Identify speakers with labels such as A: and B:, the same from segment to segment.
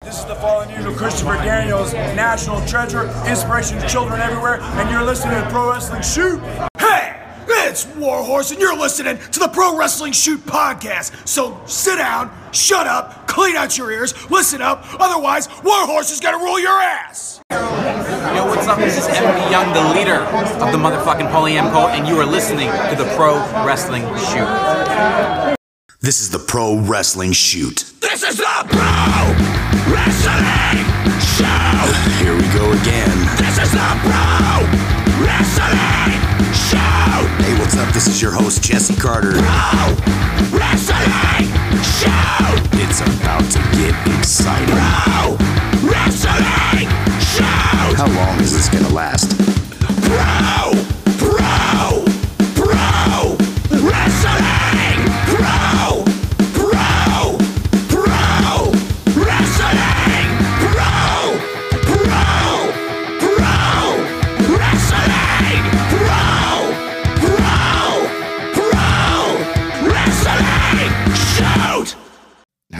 A: the Fall Unusual. Christopher Daniels, National Treasure, inspiration to children everywhere, and you're listening to Pro Wrestling Shoot.
B: Hey, it's Warhorse, and you're listening to the Pro Wrestling Shoot podcast. So sit down, shut up, clean out your ears, listen up. Otherwise, Warhorse is gonna rule your ass.
C: Yo, what's up? This is MB Young, the leader of the motherfucking Polyam Cult, and you are listening to the Pro Wrestling Shoot.
D: This is the Pro Wrestling Shoot.
B: This is the Pro Wrestling Show.
D: Here we go again.
B: This is the Pro Wrestling Show.
D: Hey, what's up? This is your host, Jesse Carter.
B: Pro Wrestling Show.
D: It's about to get exciting.
B: Pro Wrestling Show.
D: How long is this gonna last?
B: Pro, pro, pro, wrestling. Pro, pro, pro, wrestling. Pro, pro, pro, wrestling. Pro, pro, pro, wrestling. Shoot.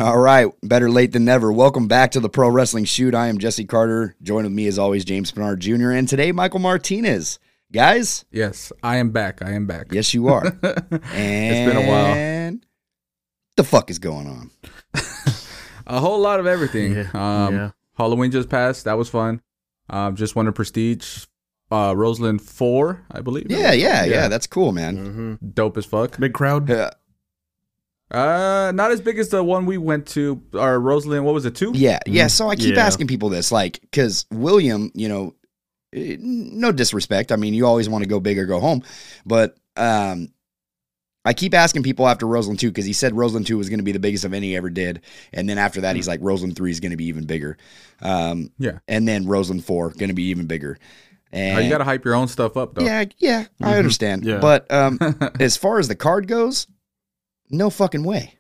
E: All right, better late than never. Welcome back to the Pro Wrestling Shoot. I am Jesse Carter. Joined with me as always, James Bernard Jr. And today, Michael Martinez. Guys,
F: Yes, I am back. I am back.
E: yes, you are. and
F: been a while.
E: The fuck is going on?
F: a whole lot of everything.
G: Yeah,
F: um,
G: yeah.
F: Halloween just passed. That was fun. Um, just won a prestige. Uh, Roseland four, I believe. it
E: Yeah,
F: was.
E: yeah, yeah. That's cool, man.
F: dope as fuck.
G: Big crowd.
E: Yeah,
F: Uh, not as big as the one we went to. Or Roseland, what was it? Two.
E: yeah, yeah. So I keep
G: Yeah.
E: asking people this, like, because William, you know, eh, no disrespect. I mean, you always want to go big or go home, but um, I keep asking people after Roseland two because he said Roseland two was going to be the biggest of any he ever did, and then after that, he's
F: Mm.
E: like Roseland three is going to be even bigger. Um,
F: Yeah.
E: and then Roseland four going to be even bigger. And
F: Uh, you gotta hype your own stuff up Mm-hmm. though.
E: yeah, yeah, I understand.
G: Yeah.
E: But um, as far as the card goes, no fucking way.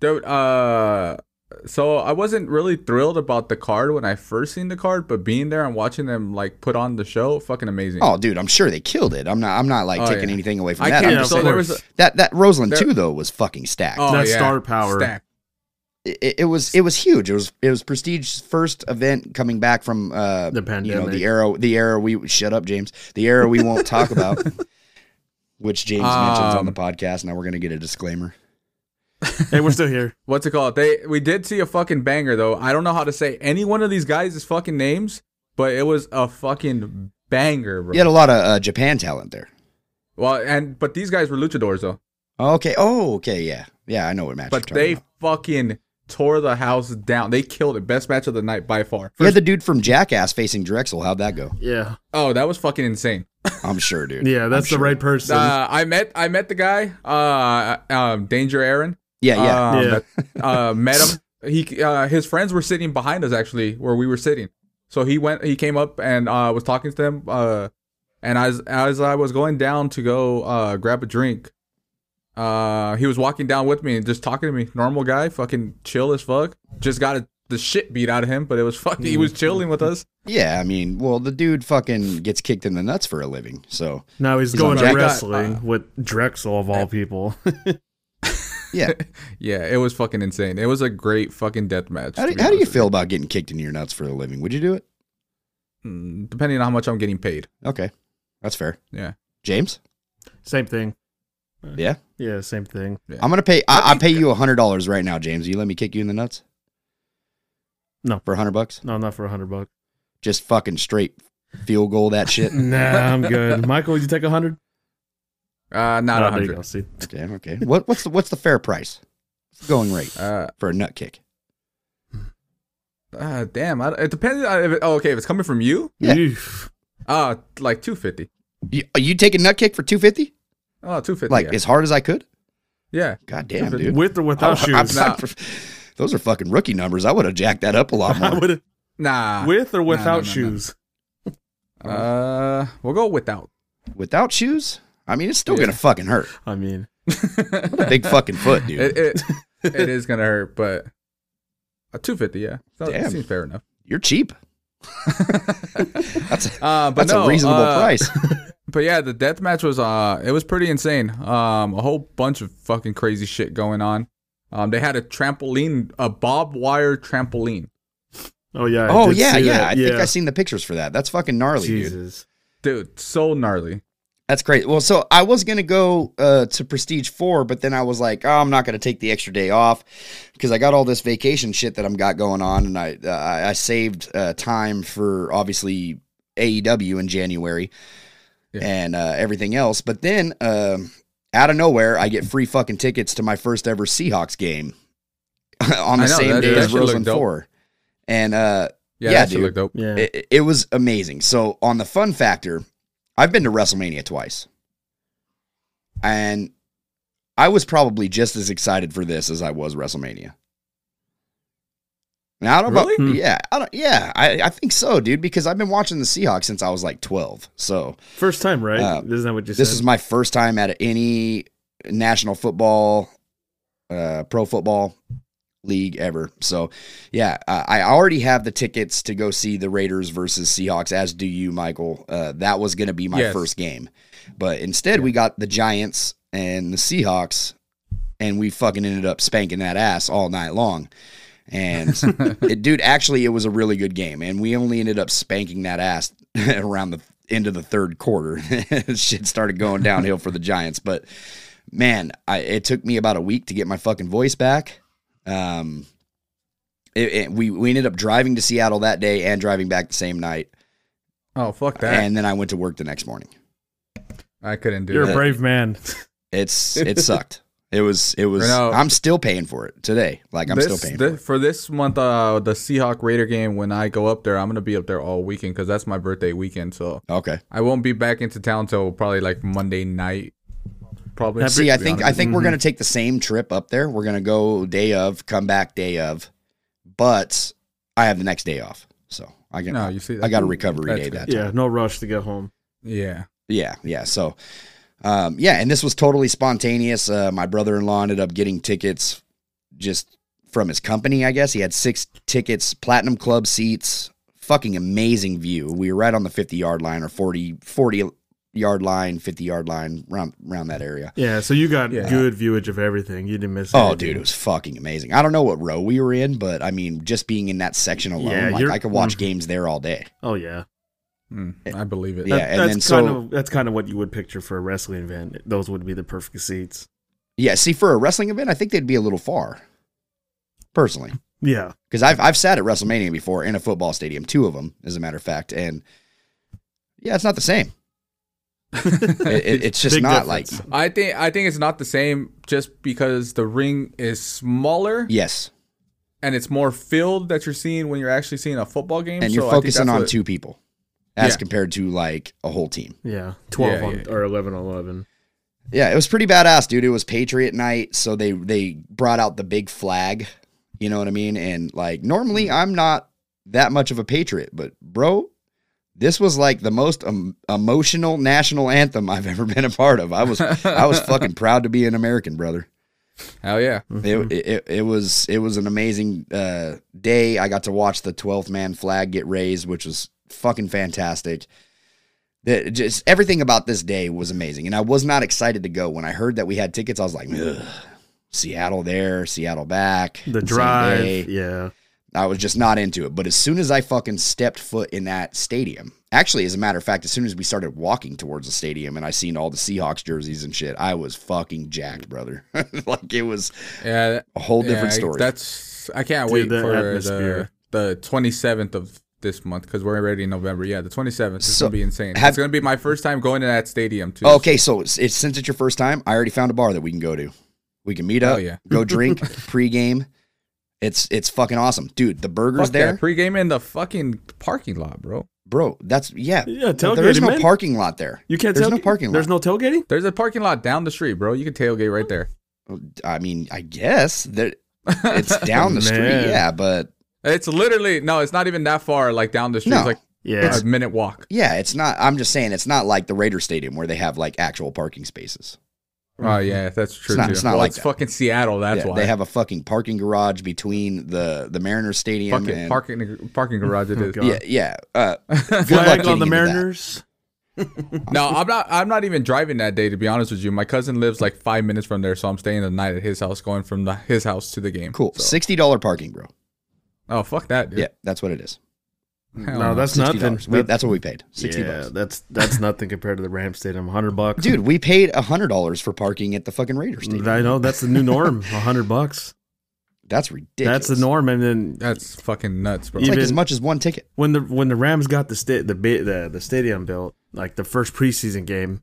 F: Dude, uh, so I wasn't really thrilled about the card when I first seen the card, but being there and watching them like put on the show, fucking amazing.
E: Oh, dude, I'm sure they killed it. I'm not. I'm not like
F: Oh,
E: taking
F: yeah.
E: anything away from
F: I
E: that.
F: can't.
E: I'm just
F: so
E: saying,
F: there was. A,
E: that that Roseland
F: There-
E: two though was fucking stacked.
F: oh,
G: That
F: yeah.
G: star power.
F: Stacked.
E: It, it- it was it was huge. It was it was prestige's first event coming back from uh,
G: The
E: You know,
G: pandemic.
E: the era the era we shut up, James. The era we won't talk about, which James mentions on the
F: Um,
E: podcast. Now we're gonna get a disclaimer.
G: Hey, we're still here.
F: what's it called? They we did see a fucking banger though. I don't know how to say any one of these guys' fucking names, but it was a fucking banger, bro.
E: You had a lot of uh, Japan talent there.
F: well, and but these guys were luchadors though,
E: Okay. Oh, okay. Yeah. Yeah. I know what match.
F: but
E: you're talking
F: they
E: about.
F: fucking tore the house down. They killed it. Best match of the night by far.
E: You had the dude from Jackass facing Drexel. How'd that go?
G: Yeah.
F: oh, that was fucking insane.
E: I'm sure, dude.
G: Yeah, that's
E: I'm
G: the
E: sure.
G: right person.
F: Uh, I met I met the guy, uh, um, Danger Aaron.
E: Yeah, yeah.
F: Um,
G: Yeah.
F: that- uh, met him. He uh, his friends were sitting behind us actually, where we were sitting. So he went. He came up and uh, was talking to them. Uh, and as as I was going down to go uh, grab a drink, uh, he was walking down with me and just talking to me. Normal guy, fucking chill as fuck. Just got the shit beat out of him, but it was fucking. He was chilling with us.
E: yeah, I mean, well, the dude fucking gets kicked in the nuts for a living. So,
G: now he's,
E: he's on
G: going to
E: Jack-
G: wrestling with Drexel of all people.
E: yeah.
F: Yeah, it was fucking insane. It was a great fucking death match.
E: How
F: to
E: do,
F: be
E: how do you
F: honest
E: feel about getting kicked in your nuts for a living? Would you do it?
F: with you. Mm, Depending on how much I'm getting paid.
E: Okay. That's fair.
F: Yeah.
E: James?
G: same thing.
E: Yeah.
G: Yeah, same thing.
E: I'm going to pay, I, I'll pay you $100 right now, James. You let me kick you in the nuts?
G: No.
E: For 100 bucks?
G: No, not for a hundred bucks.
E: Just fucking straight field goal that shit.
G: Nah, I'm good. Michael, would you take a hundred?
F: Uh, not a
G: there you
F: hundred.
G: go. See,
E: Damn, okay. What, what's, the, what's the fair price? What's the Going rate
F: Uh,
E: for a nut kick?
F: Uh, damn. I, it depends. on If it, oh, okay, if it's coming from you,
E: Yeah.
G: Oof.
F: uh, like two fifty.
E: You, you take a nut kick for 250
F: Oh, 250.
E: Like,
F: yeah.
E: as hard as I could?
F: yeah.
E: God damn, dude.
G: with or without
E: I- Oh, I'm
G: shoes.
E: not- those are fucking rookie numbers. I would have jacked that up a lot
G: I
E: more.
G: would
F: Nah.
G: with or without
F: no, no.
G: shoes.
F: uh, we'll go without.
E: Without shoes, I mean, it's still
F: Yeah.
E: gonna fucking hurt.
G: I mean,
E: Big fucking foot, dude.
F: It it, it is gonna hurt, but uh, two fifty. Yeah, that
E: Damn.
F: seems fair enough.
E: You're cheap. that's a,
F: Uh, but
E: that's
F: no,
E: a reasonable
F: uh,
E: price.
F: But yeah, the death match was uh, it was pretty insane. Um, a whole bunch of fucking crazy shit going on. Um, they had a trampoline, a bob wire trampoline.
G: Oh yeah. I
E: oh
G: did
E: yeah,
G: see
E: yeah.
G: that.
E: I think I seen the pictures for that. That's fucking gnarly, dude.
G: Jesus.
F: dude. So gnarly.
E: That's crazy. Well, so I was gonna go uh, to Prestige Four, but then I was like, oh, I'm not gonna take the extra day off because I got all this vacation shit that I'm got going on, and I uh, I I saved uh, time for obviously AEW in January
F: Yeah.
E: and uh, everything else. But then um, out of nowhere, I get free fucking tickets to my first ever Seahawks game on the
F: I know,
E: same
F: that-
E: day
F: that
E: as
F: shit looked
E: Roseland
F: dope.
E: Four, and uh,
F: Yeah,
E: Yeah,
F: that shit
E: dude.
F: looked dope.
G: Yeah.
E: it, it was amazing. So on the fun factor, I've been to WrestleMania twice, and I was probably just as excited for this as I was WrestleMania. Now I don't know about
G: Really?
E: yeah, I don't yeah, I, I think so, dude, because I've been watching the Seahawks since I was like twelve. So
G: First time, right?
E: Uh,
G: Isn't that what you said?
E: this is my first time at any national football, uh, pro football league ever. So, yeah, I I already have the tickets to go see the Raiders versus Seahawks, as do you, Michael. Uh, that was going to be my
F: Yes.
E: first game. But instead, we got the Giants and the Seahawks, and we fucking ended up spanking that ass all night long. And it, dude, actually, it was a really good game, and we only ended up spanking that ass around the end of the third quarter. Shit started going downhill for the Giants, but man, I, it took me about a week to get my fucking voice back. Um, it, it- we we ended up driving to Seattle that day and driving back the same night,
F: Oh fuck that!
E: and then I went to work the next morning.
F: I couldn't do
G: You're
F: that.
G: a brave man.
E: It's it sucked. It was it was.
F: Right now-
E: I'm still paying for it today. Like I'm
F: this,
E: still paying.
F: thi-
E: for it.
F: for this month, uh, the Seahawk Raider game. When I go up there, I'm gonna be up there all weekend because that's my birthday weekend. So
E: Okay.
F: I won't be back into town till probably like Monday night. Probably.
G: Happy-
E: See, I
F: to be
E: think
F: honest.
E: I think we're gonna take the same trip up there. We're gonna go day of, come back day of, but I have the next day off, so I can.
F: No, you see,
E: I got a recovery
F: That's
E: day
F: good.
E: that time.
G: yeah. No rush to get home.
F: Yeah.
E: Yeah, yeah. So, um, yeah, and this was totally spontaneous. Uh, my brother-in-law ended up getting tickets just from his company. I guess he had six tickets, platinum club seats. Fucking amazing view. We were right on the fifty-yard line or 40, 40 yard line, fifty-yard line, round round that area.
G: Yeah. So you got
F: Yeah.
G: good viewage of everything. You didn't miss.
E: Oh,
G: anything.
E: dude, it was fucking amazing. I don't know what row we were in, but I mean, just being in that section alone,
G: Yeah,
E: like
G: you're-
E: I could watch
G: mm.
E: games there all day.
G: Oh yeah.
F: Mm, I believe it.
E: Yeah,
G: That-
E: and
G: that's
E: then
G: kind
E: so-
G: of that's kind of what you would picture for a wrestling event. Those would be the perfect seats.
E: Yeah, see, for a wrestling event, I think they'd be a little far, personally,
G: Yeah.
E: because I've I've sat at WrestleMania before in a football stadium, two of them, as a matter of fact, and yeah, it's not the same. It- it- it's just
G: Big
E: not
G: difference.
E: like
F: I think I think it's not the same just because the ring is smaller
E: yes,
F: and it's more filled that you're seeing when you're actually seeing a football game.
E: and you're
F: so I think
E: focusing
F: that's
E: on
F: what-
E: two people as
F: Yeah.
E: compared to like a whole team.
G: Yeah. Twelve
F: Yeah,
G: on,
F: yeah.
G: or eleven on eleven.
E: Yeah, it was pretty badass, dude. It was Patriot Night, so they they brought out the big flag. You know what I mean? And like normally I'm not that much of a patriot, but bro, this was like the most um, emotional national anthem I've ever been a part of. I was I was fucking proud to be an American, brother.
F: Hell yeah!
G: Mm-hmm.
E: It, it it was it was an amazing uh, day. I got to watch the 12th man flag get raised, which was fucking fantastic. That just everything about this day was amazing, and I was not excited to go when I heard that we had tickets. I was like, Ugh, Seattle there, Seattle back,
G: The
E: same day."
G: drive. Yeah.
E: I was just not into it. But as soon as I fucking stepped foot in that stadium, actually, as a matter of fact, as soon as we started walking towards the stadium and I seen all the Seahawks jerseys and shit, I was fucking jacked, brother. like it was
F: Yeah, that-
E: a whole
F: yeah,
E: different story.
F: That's I can't
G: Dude,
F: wait
G: the
F: for
G: atmosphere.
F: the the 27th of this month because we're already in November. Yeah, the 27th is
E: So,
F: gonna be insane.
E: have-
F: it's gonna be my first time going to that stadium too.
E: Oh, Okay, so it's, it's since it's your first time, I already found a bar that we can go to. We can meet
F: Hell
E: up,
F: Oh, yeah.
E: go drink pregame. It's it's fucking awesome, dude. The burgers
F: Fuck
E: there,
F: yeah, pre-game in the fucking parking lot, bro.
E: bro. That's yeah.
G: Yeah,
E: But There's
G: tailgating,
E: no
G: man.
E: parking lot there.
G: You can't.
E: There's
G: tailgate?
E: no parking lot.
G: There's no tailgating.
F: There's a parking lot down the street, bro. You can tailgate right there.
E: I mean, I guess that it's down the street.
G: Man.
E: Yeah, but
F: It's literally no, it's not even that far. Like down the street,
E: No.
F: it's like
G: Yeah.
F: a minute walk.
E: yeah, it's not. I'm just saying, it's not like the Raider Stadium where they have like actual parking spaces.
F: Oh yeah, that's true.
E: not-
F: too.
E: it's not
F: Well,
E: like
F: it's
E: that.
F: fucking Seattle. That's
E: yeah,
F: why
E: they have a fucking parking garage between the the Mariners Stadium
F: fucking
E: and
F: parking parking garage. It
G: Oh,
F: is.
G: God.
E: yeah, yeah. Uh, good luck
G: Flag
E: getting
G: on
E: into
G: the
E: that.
G: Mariners.
F: no, I'm not. I'm not even driving that day. To be honest with you, my cousin lives like five minutes from there, so I'm staying the night at his house, going from the, his house to the game.
E: Cool,
F: So,
E: sixty dollar parking, bro.
F: Oh fuck that, dude.
E: Yeah, that's what it is.
F: Hell
G: No, that's
E: Oh. Sixty
G: nothing.
E: dollars. We-
G: That-
E: That's what we paid. Sixty
G: yeah,
E: bucks.
G: that's that's nothing compared to the Ram Stadium. Hundred bucks,
E: Dude, we paid hundred dollars for parking at the fucking Raiders stadium.
G: I know that's the new norm. hundred bucks.
E: That's ridiculous.
G: That's the norm. And then
F: that's fucking nuts, bro.
E: It's like
G: Even-
E: as much as one ticket.
G: when the when the Rams got the sta- the, ba- the the stadium built, like the first preseason game,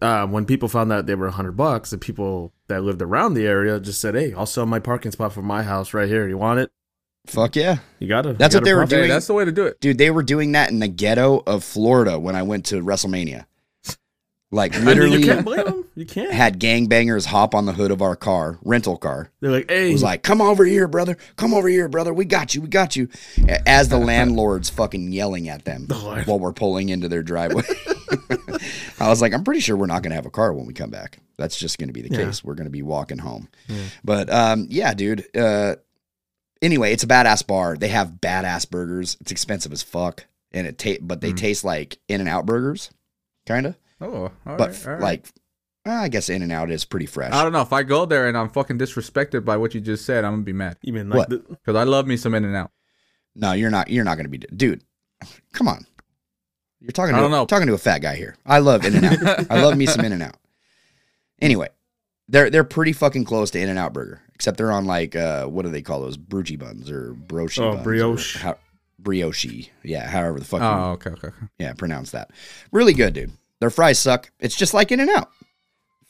G: uh, when people found out they were hundred bucks, the people that lived around the area just said, "Hey, I'll sell my parking spot for my house right here. You want it?
E: Fuck yeah,
G: You got it."
E: That's what they were
F: Hey,
E: doing-
F: that's the way to do it.
E: dude. They were doing that in the ghetto of Florida when I went to WrestleMania. Like
G: I mean, you can't
E: literally
G: blame them. You can't.
E: had gangbangers hop on the hood of our car, rental car.
G: They're like, "Hey,
E: It was like, "Come over here, brother. Come over here, brother. We got you. We got you." As the landlord's fucking yelling at them while we're pulling into their driveway. I was like, "I'm pretty sure we're not going to have a car when we come back. That's just going to be the case. We're going to be walking home." But um, yeah, dude. Uh, anyway, it's a badass bar. They have badass burgers. It's expensive as fuck, and it ta- but
F: Mm.
E: they taste like In and Out burgers, kind of.
F: Oh, all right,
E: But f-
F: all right.
E: like, I guess In and Out is pretty fresh.
F: I don't know if I go there and I'm fucking disrespected by what you just said, I'm gonna be mad
G: you mean
E: What?
G: like the,
F: because I love me some In and Out.
E: No, you're not. You're not going to be, dude. Come on. You're talking. To,
F: I don't know.
E: Talking to a fat guy here. I love In and Out. I love me some In and Out. Anyway, they're they're pretty fucking close to In and Out Burger, except they're on like uh, what do they call those bruchy buns or brochi?
G: Oh,
E: buns or
G: brioche.
E: How, brioche. Yeah, however the fuck. you-
F: Oh, okay, okay. okay.
E: Yeah, pronounce that. Really good, dude. Their fries suck. It's just like In and Out.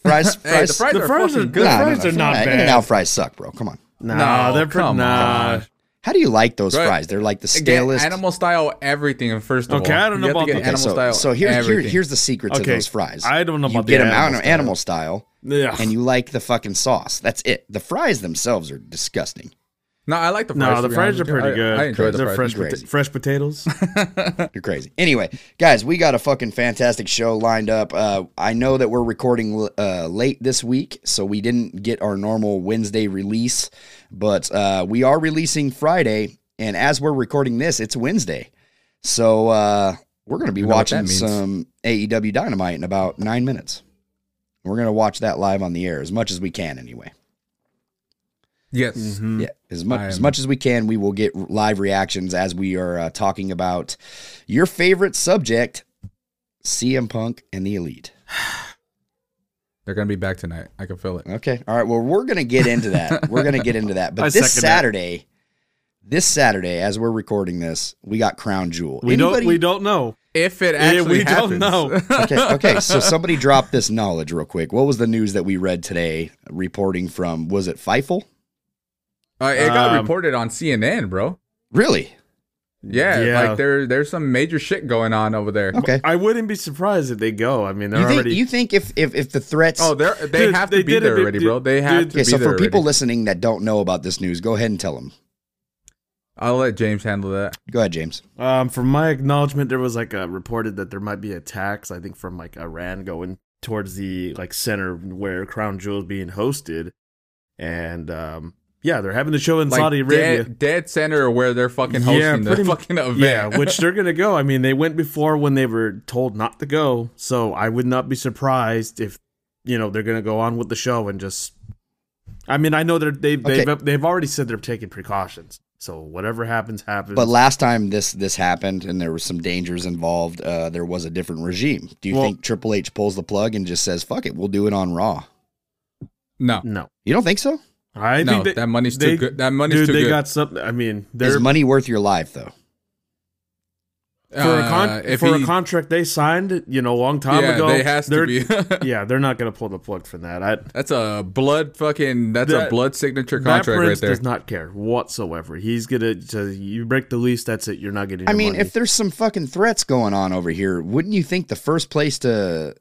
E: Fries.
F: Hey,
E: fries.
F: the fries
G: the
F: are
G: fries
F: fucking
G: are-
F: good.
G: the fries are not
E: In and
G: bad.
E: Out fries suck, bro. Come on.
G: nah, they're pretty,
F: come
G: nah.
F: on.
E: How do you like those
F: Right.
E: fries? They're like the
F: Again,
E: stalest.
F: animal style everything. First of
G: Okay,
F: all,
G: I don't
F: You
G: know
F: have to
G: about
F: get
G: that.
E: Okay,
F: animal
E: so,
F: style.
E: So here's here,
F: everything.
E: here's the secret to
G: Okay,
E: those fries.
G: I don't know
E: you
G: about the
E: get them out
G: animal
E: in animal style,
G: Yeah,
E: and you like the fucking sauce. That's it. The fries themselves are disgusting.
F: No, I like the fries.
G: no,
F: to
G: the
F: be
G: fries
F: honest with
G: are
F: you.
G: pretty
F: I-
G: good.
F: I enjoy the
G: They're
F: fries.
G: fresh,
E: Crazy.
G: pota- fresh potatoes.
E: You're crazy. Anyway, guys, we got a fucking fantastic show lined up. Uh, I know that we're recording uh, late this week, so we didn't get our normal Wednesday release, but uh, we are releasing Friday. And as we're recording this, it's Wednesday. So uh, we're going to be
F: know what
E: watching
F: that means.
E: some AEW Dynamite in about nine minutes. We're going to watch that live on the air as much as we can, anyway.
F: Yes.
E: Yeah, as much as
F: I'm-
E: much as we can, we will get live reactions as we are uh, talking about your favorite subject, CM Punk and the Elite.
F: They're gonna be back tonight. I can feel it.
E: Okay, all right. Well, we're gonna get into that. we're gonna get into that. But
G: I
E: this
G: second that.
E: Saturday, this Saturday, as we're recording this, we got Crown Jewel.
G: We don't.
E: Anybody-
G: We don't know.
F: If it
G: Yeah,
F: actually
G: we
F: happens.
G: don't know.
E: okay, okay. So somebody dropped this knowledge real quick. What was the news that we read today? Reporting from was it Feifel?
F: Uh, it got
G: Um,
F: reported on CNN, bro.
E: Really?
F: Yeah,
G: Yeah.
F: like there, there's some major shit going on over there.
E: Okay.
G: I wouldn't be surprised if they go. I mean, they're
E: You think
G: already.
E: you think if if if the threats
F: Oh, they're, they
G: Dude,
F: have to
G: they
F: be
G: did
F: there
G: it,
F: already,
G: dude,
F: bro. They have
G: dude.
F: to
E: Okay,
F: be
E: so for
F: there
E: people
F: already.
E: listening that don't know about this news, go ahead and tell them.
F: I'll let James handle that.
E: Go ahead, James.
G: Um, from my acknowledgement, there was like a reported that there might be attacks. I think from like Iran going towards the like center where Crown Jewel is being hosted, and um, yeah, they're having the show in
F: Like
G: Saudi Arabia.
F: Dead, dead center where they're fucking hosting the
G: mu-
F: fucking event.
G: Yeah, which they're gonna go. I mean, they went before when they were told not to go, so I would not be surprised if you know they're gonna go on with the show and just. I mean, I know they're they've
E: Okay.
G: they've, they've already said they're taking precautions, so whatever happens, happens.
E: But last time this this happened and there was some dangers involved, uh, there was a different regime. Do you
G: Well-
E: think Triple H pulls the plug and just says, "Fuck it, we'll do it on Raw"?
F: no,
G: no,
E: You don't think so?
G: I
F: no,
G: think they-
F: that money's too
G: they-
F: good. That money's
G: Dude,
F: too
G: they
F: good.
G: got something. I mean,
E: Is
G: they're
E: money worth your life though?
G: for a con-
F: Uh, if
G: for
F: he-
G: a contract they signed, you know, a long time
F: yeah,
G: ago.
F: they has to
G: they're-
F: be.
G: yeah, they're not gonna pull the plug from that. I,
F: that's a blood fucking. That's a
G: That-
F: blood signature
G: that
F: contract
G: prince
F: right there.
G: does not care whatsoever. He's gonna say, you break the lease, that's it. You're not getting.
E: I
G: your
E: mean,
G: money."
E: if there's some fucking threats going on over here, wouldn't you think the first place to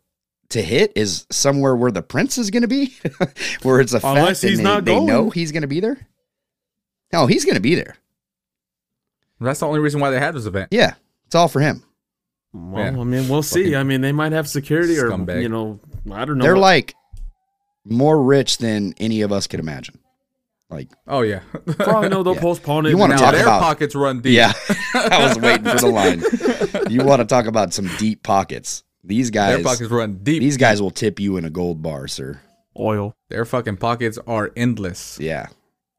E: to hit is somewhere where the prince is going to be, where it's a fact
G: Unless
E: and
G: he's
E: they,
G: not
E: they know
G: going.
E: he's going to be there? No, he's going to be there.
F: That's the only reason why they had this event.
E: Yeah, it's all for him.
G: Well,
F: Yeah.
G: I mean, we'll see.
F: Fucking
G: I mean, they might have security or
F: scumbag.
G: you know, I don't know.
E: They're
G: what-
E: like more rich than any of us could imagine. Like,
F: Oh yeah.
G: probably no, they'll
E: Yeah.
G: postpone it.
E: You wanna
G: and
F: now
E: talk
G: now-
F: their
E: about-
F: pockets run deep.
E: yeah, I was waiting for the line. You want to talk about some deep pockets? These
F: Their
E: guys,
F: pockets run deep.
E: these guys will tip you in a gold bar, sir.
G: oil?
F: Their fucking pockets are endless.
E: Yeah,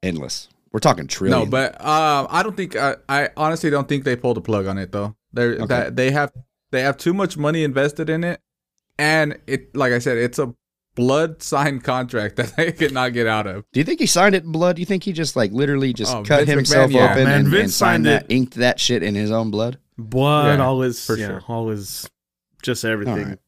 E: endless. We're talking trillion.
F: No, but um, I don't think I, I honestly don't think they pulled the plug on it though. They are that they have they have too much money invested in it, and it like I said, it's a blood signed contract that they could not get out of.
E: Do you think he signed it in blood? Do you think he just like literally just
F: Oh,
E: cut
F: Vince
E: himself
F: McMahon, yeah.
E: open
G: Man,
E: and,
G: Vince
E: and signed
G: signed
E: that,
G: it.
E: inked that shit in his own blood?
G: Blood,
F: Yeah,
G: all his,
F: for
G: you know,
F: sure.
G: all his, just
E: All
G: everything.
E: right.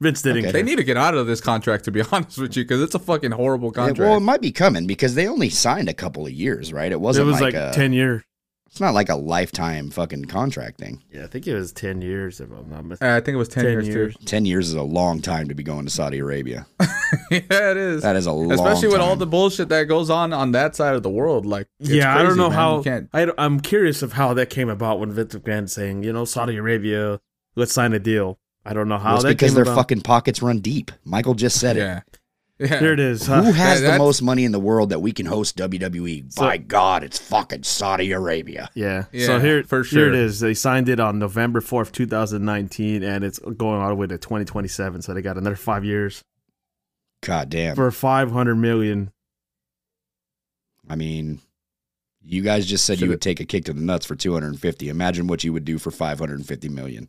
G: Vince didn't
E: Okay.
F: They
G: care.
F: need to get out of this contract to be honest with you, because it's a fucking horrible
E: Yeah,
F: contract.
E: well, um, it might be coming because they only signed a couple of years, right? It
G: it
E: wasn't
G: was
E: like, a,
G: like, ten years.
E: It's not like a lifetime fucking contract thing.
G: Yeah, I think it was ten years if I'm not mistaken.
F: Uh, I think it was ten,
G: 10
F: years,
G: years.
E: Ten years is a long time to be going to Saudi Arabia.
F: too. yeah, it is.
E: That is a long.
F: Especially with all
E: time.
F: the bullshit that goes on on that side of the world. Like, it's
G: yeah, I
F: crazy,
G: don't know
F: man.
G: how.
F: You can't,
G: I am curious of how that came about when Vince McMahon saying, you know, Saudi Arabia, let's sign a deal. I don't know how
E: Well, it's
G: that
E: because
G: came
E: their
G: about.
E: fucking pockets run deep. Michael just said it.
F: yeah, yeah.
G: Here it is. huh?
E: Who has the
F: that's-
E: most money in the world that we can host WWE? By God, it's fucking Saudi Arabia.
G: Yeah.
F: Yeah,
G: So here,
F: for
G: here
F: sure.
G: it is. They signed it on November fourth, two thousand nineteen, and it's going all the way to twenty twenty seven. So they got another five years
E: God damn.
G: for five hundred million.
E: I mean, you guys just said you
F: Should've-
E: would take a kick to the nuts for 250. Imagine what you would do for 550 million.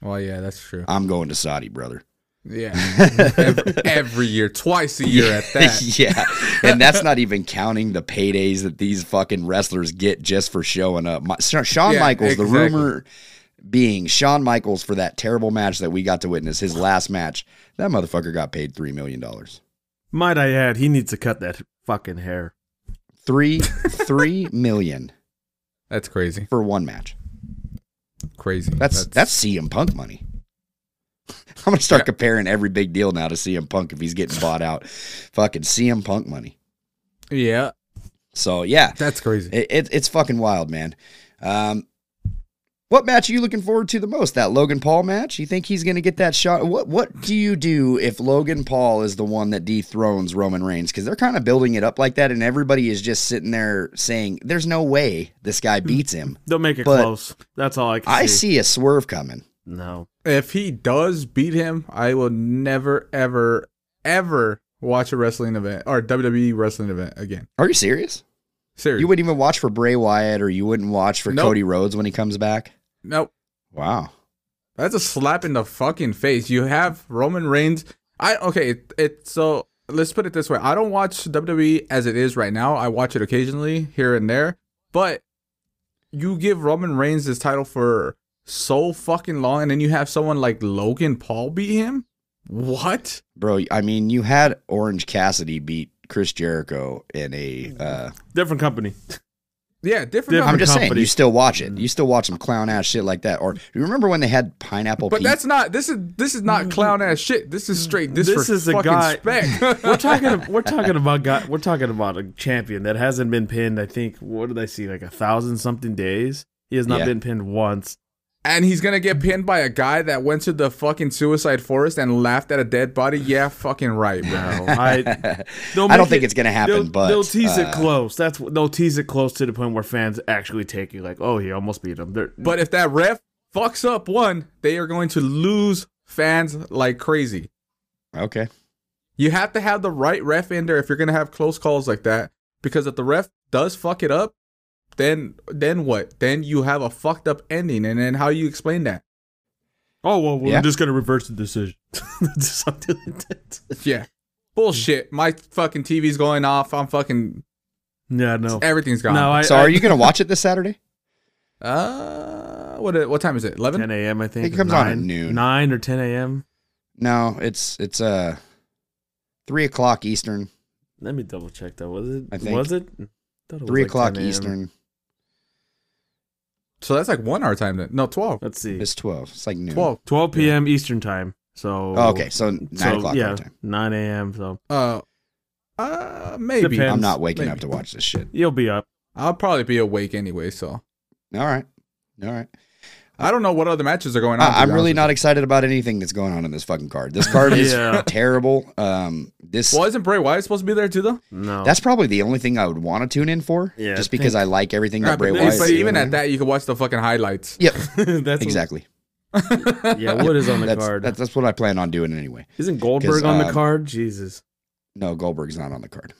F: Well, yeah, that's true.
E: I'm going to Saudi, brother.
F: Yeah, every, every year, twice a year at that.
E: yeah. And that's not even counting the paydays that these fucking wrestlers get just for showing up. My, Sha- Shawn
F: Yeah,
E: Michaels, the
F: exactly.
E: rumor being Shawn Michaels for that terrible match that we got to witness, his last match, that motherfucker got paid $3 million.
G: Might I add, he needs to cut that fucking hair.
E: Three, three million
F: That's crazy,
E: for one match.
F: crazy.
E: That's that's, CM Punk money. I'm gonna start
F: Yeah.
E: comparing every big deal now to CM Punk if he's getting bought out. Fucking CM Punk money.
F: yeah,
E: So yeah,
F: that's crazy.
E: it, it, it's fucking wild, man. Um, what match are you looking forward to the most? That Logan Paul match? You think he's gonna get that shot? What What do you do if Logan Paul is the one that dethrones Roman Reigns? Because they're kind of building it up like that, and everybody is just sitting there saying, "There's no way this guy beats him."
G: Don't make it
E: But-
G: close. That's all I can
E: I
G: see.
E: see a swerve coming.
G: No.
F: If he does beat him, I will never, ever, ever watch a wrestling event or WWE wrestling event again.
E: Are you serious?
F: Seriously,
E: You wouldn't even watch for Bray Wyatt or you wouldn't watch for
F: Nope.
E: Cody Rhodes when he comes back.
F: nope.
E: Wow.
F: That's a slap in the fucking face. You have Roman Reigns. I okay. It, it so let's put it this way. I don't watch WWE as it is right now. I watch it occasionally here and there, but you give Roman Reigns this title for so fucking long, and then you have someone like Logan Paul beat him. What?
E: Bro, I mean, you had Orange Cassidy beat Chris Jericho in a. Uh,
G: Different company.
F: Yeah, different.
G: Different-
E: I'm
F: number.
E: just saying,
G: company.
E: you still watch it. You still watch some clown ass shit like that. Or you remember when they had Pineapple
F: But
E: Pete?
F: that's not. This is this is not clown ass shit. This is straight. Mm. This, is a guy.
G: we're talking. We're talking about guy, We're talking about a champion that hasn't been pinned. I think. What did I see? Like a thousand something days. He has not
E: Yeah.
G: been pinned once.
F: and he's gonna get pinned by a guy that went to the fucking suicide forest and laughed at a dead body. Yeah, fucking right, bro.
G: No, I. they'll
E: I don't
G: make
E: think it's gonna happen,
G: they'll-
E: but,
G: they'll tease
E: uh,
G: it close. That's what- they'll tease it close to the point where fans actually take you like, oh, he almost beat him. They're,
F: But if that ref fucks up one, they are going to lose fans like crazy.
E: okay.
F: You have to have the right ref in there if you're gonna have close calls like that. Because if the ref does fuck it up, then then what? Then you have a fucked up ending, and then how you explain that?
G: oh well, we're
E: Yeah.
G: just gonna reverse the decision. Something like that.
F: Yeah, bullshit. My fucking TV's going off. I'm fucking
G: yeah, no,
F: everything's gone.
G: no. I,
E: So
G: I,
E: are you going to watch it this Saturday?
F: Uh, what what time is it? Eleven.
G: ten a.m. I think
E: It comes on at
G: Nine-
E: noon.
G: nine or ten a.m.
E: No, it's it's uh three o'clock Eastern,
G: Let me double check that. Was it?
E: I think.
G: Was it? I thought it was
E: three
G: like
E: o'clock
G: 10 a.m.
E: Eastern.
F: So that's like one hour time then. No, twelve.
G: Let's see.
E: It's twelve. It's like noon.
F: Twelve.
G: 12 p.m. Eastern time. So
E: Oh, okay, so nine
G: so,
E: o'clock
G: yeah,
E: our time.
G: 9 a.m. So
F: Uh, uh, maybe.
G: Depends.
E: I'm not waking
F: Maybe.
E: up to watch this shit.
G: you'll be up.
F: I'll probably be awake anyway, so
E: All right, all right.
F: I don't know what other matches are going on. to
E: I, I'm
F: be
E: really
F: honest
E: not excited about anything that's going on in this fucking card. This card is
G: Yeah.
E: terrible. Um, this
F: with you. Well, isn't Bray Wyatt supposed to be there too, though?
G: No,
E: that's probably the only thing I would want to tune in for.
G: Yeah,
E: just
G: I
E: because I like everything
F: Yeah,
E: that Bray
F: but,
E: Wyatt.
F: but even at that, you can watch the fucking highlights.
E: Yep,
G: that's
E: exactly.
G: Yeah, what is on the
E: That's,
G: card?
E: that's that's what I plan on doing anyway.
G: Isn't Goldberg on
E: uh,
G: the card? Jesus.
E: No, Goldberg's not on the card.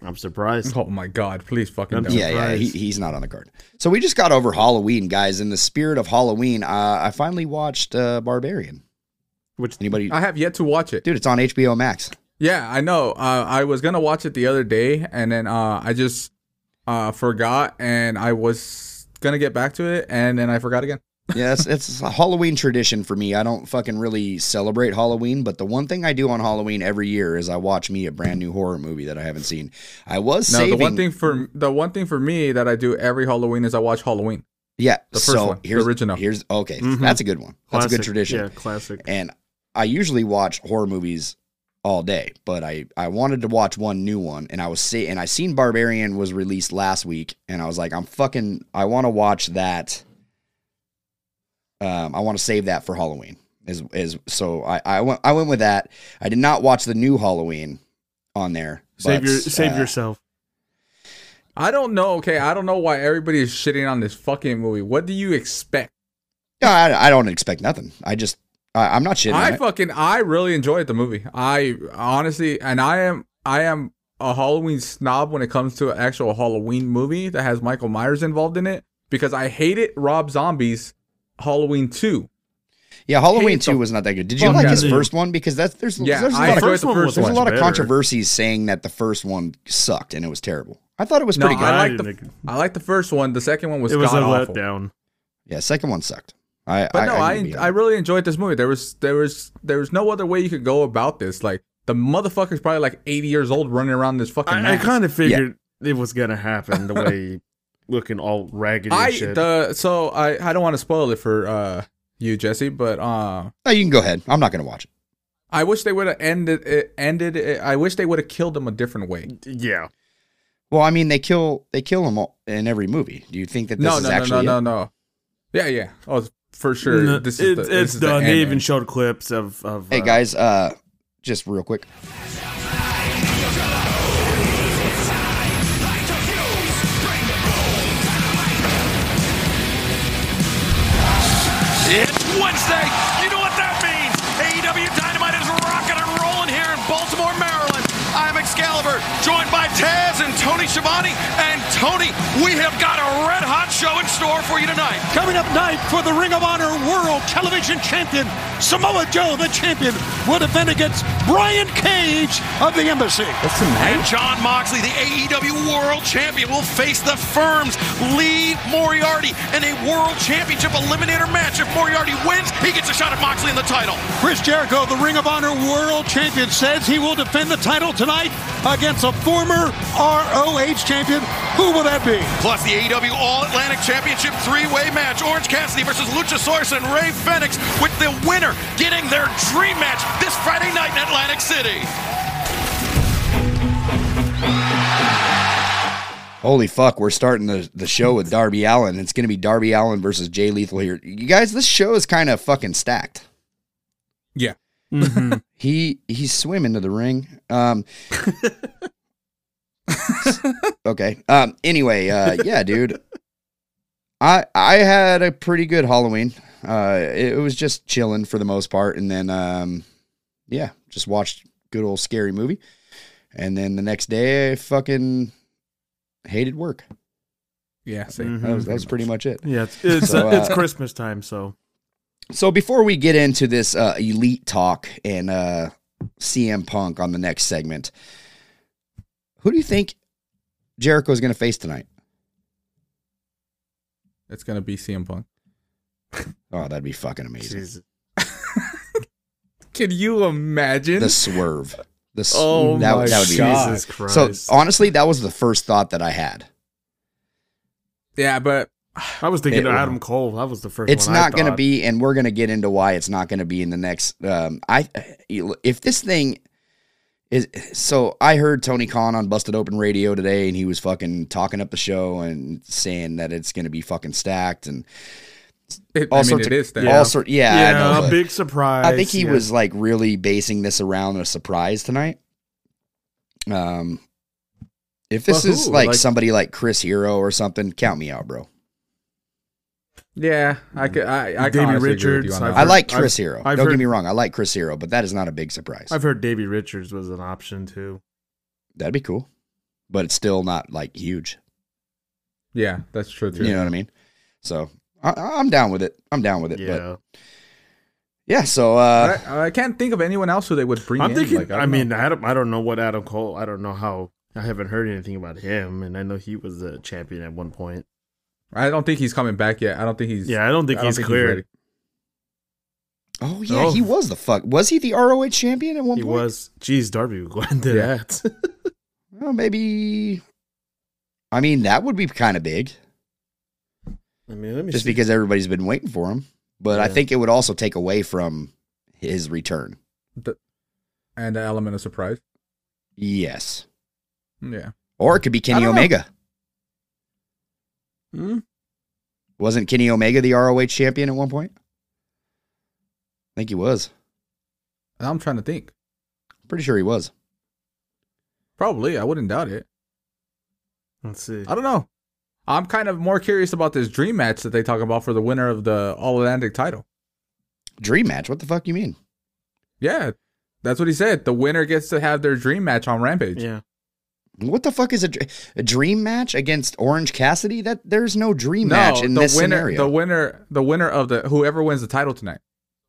G: I'm surprised.
F: Oh my god, please fucking don't.
E: Yeah, yeah, he,
G: surprised.
E: he's not on the card. So we just got over Halloween, guys. In the spirit of Halloween, uh, I finally watched uh, Barbarian.
G: Which-
E: anybody,
F: I have yet to watch it.
E: dude? It's on HBO Max.
F: Yeah, I know. Uh, I was gonna watch it the other day, and then uh, I just uh, forgot, and I was gonna get back to it, and then I forgot again.
E: yes, it's a Halloween tradition for me. I don't fucking really celebrate Halloween, but the one thing I do on Halloween every year is I watch me a brand new horror movie that I haven't seen. I was
F: No,
E: saving.
F: the one thing for the one thing for me that I do every Halloween is I watch Halloween.
E: yeah.
F: the first
E: so
F: one, the
E: here's
F: original. Mm-hmm.
E: Here's okay.
G: Mhm.
E: That's a good one. That's a
G: Classic.
E: good tradition.
G: Yeah, classic.
E: and I usually watch horror movies all day, but I I wanted to watch one new one, and I was see and I seen Barbarian was released last week, and I was like, I'm fucking, I want to watch that. Um, I want to save that for Halloween. Is is so I I went I went with that. I did not watch the new Halloween on there.
G: Save
E: but,
G: your save
E: uh,
G: yourself.
F: I don't know. Okay, I don't know why everybody is shitting on this fucking movie. What do you expect?
E: No, I, I don't expect nothing. I just I, I'm not shitting. on
F: I
E: it.
F: fucking I really enjoyed the movie. I honestly, and I am I am a Halloween snob when it comes to an actual Halloween movie that has Michael Myers involved in it because I hated Rob Zombie's Halloween Two.
E: yeah, Halloween
F: hate the
E: two was not that good. Did you
F: fuck
E: like
F: out
E: his
F: of it.
E: first one? Because that's there's
F: Yeah,
E: there's a
F: I
E: lot of
F: enjoyed the
G: one was
F: first
E: There's
F: one.
E: a lot of
G: better.
E: controversies saying that the first one sucked and it was terrible. I thought it was
F: No,
E: pretty good.
F: I like
G: I
F: the
G: didn't-
F: I like the first one. The second one was
G: It was a
F: god awful.
G: letdown.
E: Yeah, second one sucked. I,
F: But no, I
E: can be
F: I, really enjoyed this movie. There was there was there was no other way you could go about this. Like the motherfucker's probably like eighty years old running around this fucking.
G: I, I
F: mask.
G: kind of figured it was gonna happen the way looking all raggedy and
F: I
G: shit.
F: the so I I don't want to spoil it for uh you Jesse, but uh
E: No, you can go ahead. I'm not going to watch it.
F: I wish they would have ended it ended it, I wish they would have killed him a different way.
G: yeah,
E: Well, I mean, they kill they kill them all in every movie. Do you think that this
F: No
E: is
F: no no no
E: actually
F: no
E: it?
F: no. Yeah yeah oh for sure
G: No,
F: this
G: it-
F: is the,
G: it's
F: this is the
G: done.
F: end,
G: they even
F: man.
G: showed clips of of.
E: Hey
G: uh,
E: guys, uh, just real quick.
H: It's Wednesday. You know what that means. AEW Dynamite is rocking and rolling here in Baltimore, Maryland. I'm Excalibur, joined by Taz and Tony Schiavone. And Tony, we have got a red hot show in store for you tonight.
I: Coming up night for the Ring of Honor World Television Champion, Samoa Joe, the champion, will defend against Brian Cage of the Embassy.
H: And John Moxley, the AEW World Champion, will face the firm's Lee Moriarty in a World Championship Eliminator match. If Moriarty wins, he gets a shot at Moxley in the title.
I: Chris Jericho, the Ring of Honor World Champion, says he will defend the title tonight against a former ROH champion. Who will that be?
H: Plus the AEW All Atlantic Championship three-way match: Orange Cassidy versus Luchasaurus and Ray Fenix, with the winner getting their dream match this Friday night in Atlantic City.
E: Holy fuck, we're starting the, the show with Darby Allen. It's going to be Darby Allen versus Jay Lethal here. You guys, this show is kind of fucking stacked.
F: Yeah.
E: he he swim into the ring. Um Okay. Um anyway, uh yeah, dude. I I had a pretty good Halloween. Uh it, it was just chilling for the most part and then um yeah, just watched good old scary movie. And then the next day I fucking hated work.
F: Yeah, see.
G: Mm.
E: That was that was pretty much it.
G: mm-hmm. Yeah, it's it's,
E: So,
G: uh, it's
E: uh,
G: Christmas time, so
E: So before we get into this uh, elite talk and uh, CM Punk on the next segment, who do you think Jericho is going to face tonight?
F: It's going to be CM Punk.
E: Oh, that'd be fucking amazing.
G: Jesus.
F: Can you imagine?
E: The swerve. The s-
F: Oh
E: that,
F: my
E: would- that would be
F: God.
G: Jesus Christ.
E: So honestly, that was the first thought that I had.
F: yeah, but
G: I was thinking
E: It-
G: of Adam Cole. That was the first.
E: It's
G: one I
E: not going to
G: thought.
E: be, and we're going to get into why it's not going to be in the next. Um, I if this thing is so, I heard Tony Khan on Busted Open Radio today, and he was fucking talking up the show and saying that it's going to be fucking stacked and
F: it,
E: all
F: I mean,
E: sorts
F: it
E: of
F: is that.
E: all sort. Yeah,
G: Yeah,
E: I know,
G: a
E: but
G: big surprise.
E: I think he
G: yeah.
E: was like really basing this around a surprise tonight. Um, if this
F: But
E: is
F: who?
E: like,
F: Like-
E: somebody like Chris Hero or something, count me out, bro.
F: Yeah, I could I I can
G: Davey
F: honestly agree with you
G: Richards,
F: on
G: I've
F: that.
E: I
G: heard-
E: like Chris Hero.
G: I've
E: Don't get
G: heard-
E: me wrong, I like Chris Hero, but that is not a big surprise.
G: I've heard Davy Richards was an option too.
E: That'd be cool. but it's still not like huge.
F: Yeah, that's true too.
E: You know what I mean? So I, I'm down with it. I'm down with it. But
G: Yeah.
E: yeah. So uh,
F: I, I can't think of anyone else who they would bring.
G: I'm
F: in,
G: thinking.
F: like,
G: I,
F: don't know.
G: mean, Adam. I don't know what Adam Cole. I don't know how. I haven't heard anything about him, and I know he was a champion at one point.
F: I don't think he's coming back yet. I don't think he's.
G: Yeah, I don't think he's cleared.
F: ready.
E: oh yeah, he was the fuck. Was he the ROH champion at one
G: He
E: point?
G: was. Geez, Darby Glenn did
F: Yeah.
G: that.
E: Well, maybe. I mean, that would be kind of big,
G: I mean, let me
E: just
G: see.
E: because everybody's been waiting for him. But I
G: Yeah.
E: think it would also take away from his return.
F: And the element of surprise.
E: Yes,
F: Yeah.
E: or it could be
F: I
E: Kenny
F: don't know.
E: Omega.
G: Hmm?
E: Wasn't Kenny Omega the ROH champion at one point? I think he was.
F: And I'm trying to think.
E: Pretty sure he was.
F: Probably. I wouldn't doubt it.
G: Let's see.
F: I don't know. I'm kind of more curious about this dream match that they talk about for the winner of the All Atlantic title.
E: Dream match. What the fuck you mean?
F: Yeah, that's what he said. The winner gets to have their dream match on Rampage.
G: Yeah.
E: What the fuck is a, dr- a dream match against Orange Cassidy? That there's no dream
F: No,
E: match in
F: the
E: this
F: winner,
E: scenario.
F: the winner, the winner of the whoever wins the title tonight.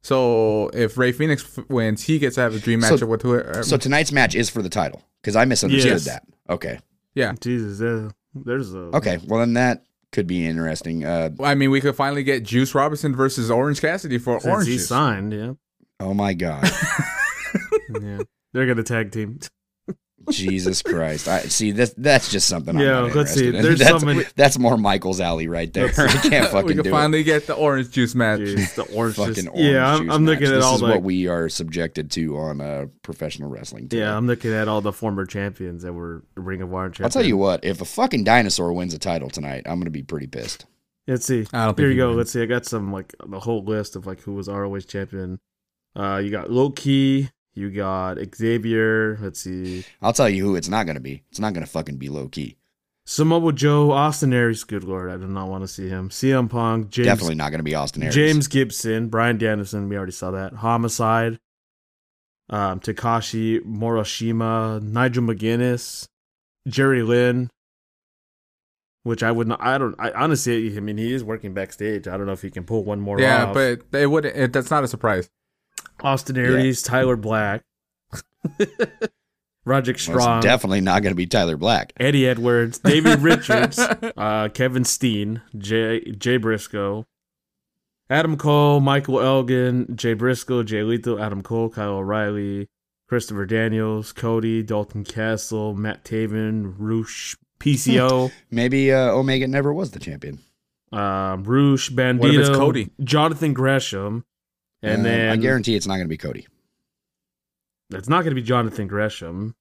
F: So if Ray Phoenix f- wins, he gets to have a dream
E: So-
F: match with uh, whoever.
E: so tonight's match is for the title because I misunderstood
G: Yes.
E: that. Okay,
G: Jesus. Yeah. There's a.
E: okay. Well, then that could be interesting. Uh,
F: I mean, we could finally get Juice Robinson versus Orange Cassidy for
G: Since
F: Orange
G: he
F: Juice.
G: signed. Yeah.
E: oh my god,
G: Yeah. They're gonna tag team.
E: Jesus Christ! I see. That's that's just something. I'm
G: Yeah,
E: not
G: let's see.
E: interested in.
G: There's
E: that's,
G: somebody-
E: that's more Michael's alley right there. I can't
F: we
E: fucking
F: could
E: do it.
F: finally get the Orange Juice match.
G: Jeez, the orange.
E: Fucking
G: juice.
E: orange
G: yeah, I'm,
E: juice
G: I'm
E: match.
G: looking at
E: this
G: all
E: is
G: the.
E: what we are subjected to on uh, professional wrestling. today.
G: yeah, I'm looking at all the former champions that were Ring of Honor champions.
E: I'll tell you what. If a fucking dinosaur wins a title tonight, I'm gonna be pretty pissed.
G: Let's see.
F: I don't think
G: Here
F: he
G: you go.
F: wins.
G: Let's see. I got some like the whole list of like who was ROH champion. Uh, you got Loki. You got Xavier. Let's see.
E: I'll tell you who it's not gonna be. It's not gonna fucking be low key.
G: Samoa Joe, Austin Aries. Good lord, I do not want to see him. CM Punk, James,
E: Definitely not gonna be Austin Aries.
G: James Gibson, Brian Danielson. We already saw that. Homicide, um, Takashi Morishima, Nigel McGuinness, Jerry Lynn. Which I would not. I don't. I honestly. I mean, he is working backstage. I don't know if he can pull one more.
F: Yeah,
G: off.
F: but it wouldn't. It, that's not a surprise.
G: Austin Aries, Tyler Black, Roderick
E: Well, it's
G: Strong,
E: definitely not gonna be Tyler Black.
G: Eddie Edwards, David Richards, uh, Kevin Steen, Jay, Jay Briscoe, Adam Cole, Michael Elgin, Jay Briscoe, Jay Lethal, Adam Cole, Kyle O'Reilly, Christopher Daniels, Cody, Dalton Castle, Matt Taven, Roosh, PCO,
E: Maybe uh, Omega never was the champion.
G: um, Roosh, Bandito,
F: What if it's Cody?
G: Jonathan Gresham, and
E: Um,
G: then
E: I guarantee it's not gonna be Cody.
G: it's not going to be Jonathan Gresham.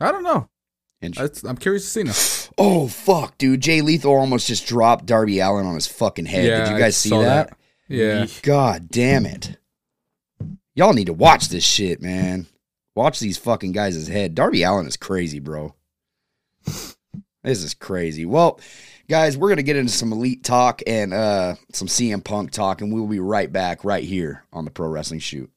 F: I don't know.
E: Interesting.
F: That's, I'm curious to see now.
E: Oh fuck, dude! Jay Lethal almost just dropped Darby Allen on his fucking head.
F: Yeah,
E: Did you
F: I
E: guys see
F: saw
E: that?
F: that. Yeah.
E: God damn it! Y'all need to watch this shit, man. Watch these fucking guys' head. Darby Allen is crazy, bro. this is crazy. Well, guys, we're gonna get into some elite talk and uh some CM Punk talk, and we will be right back right here on the Pro Wrestling Shoot.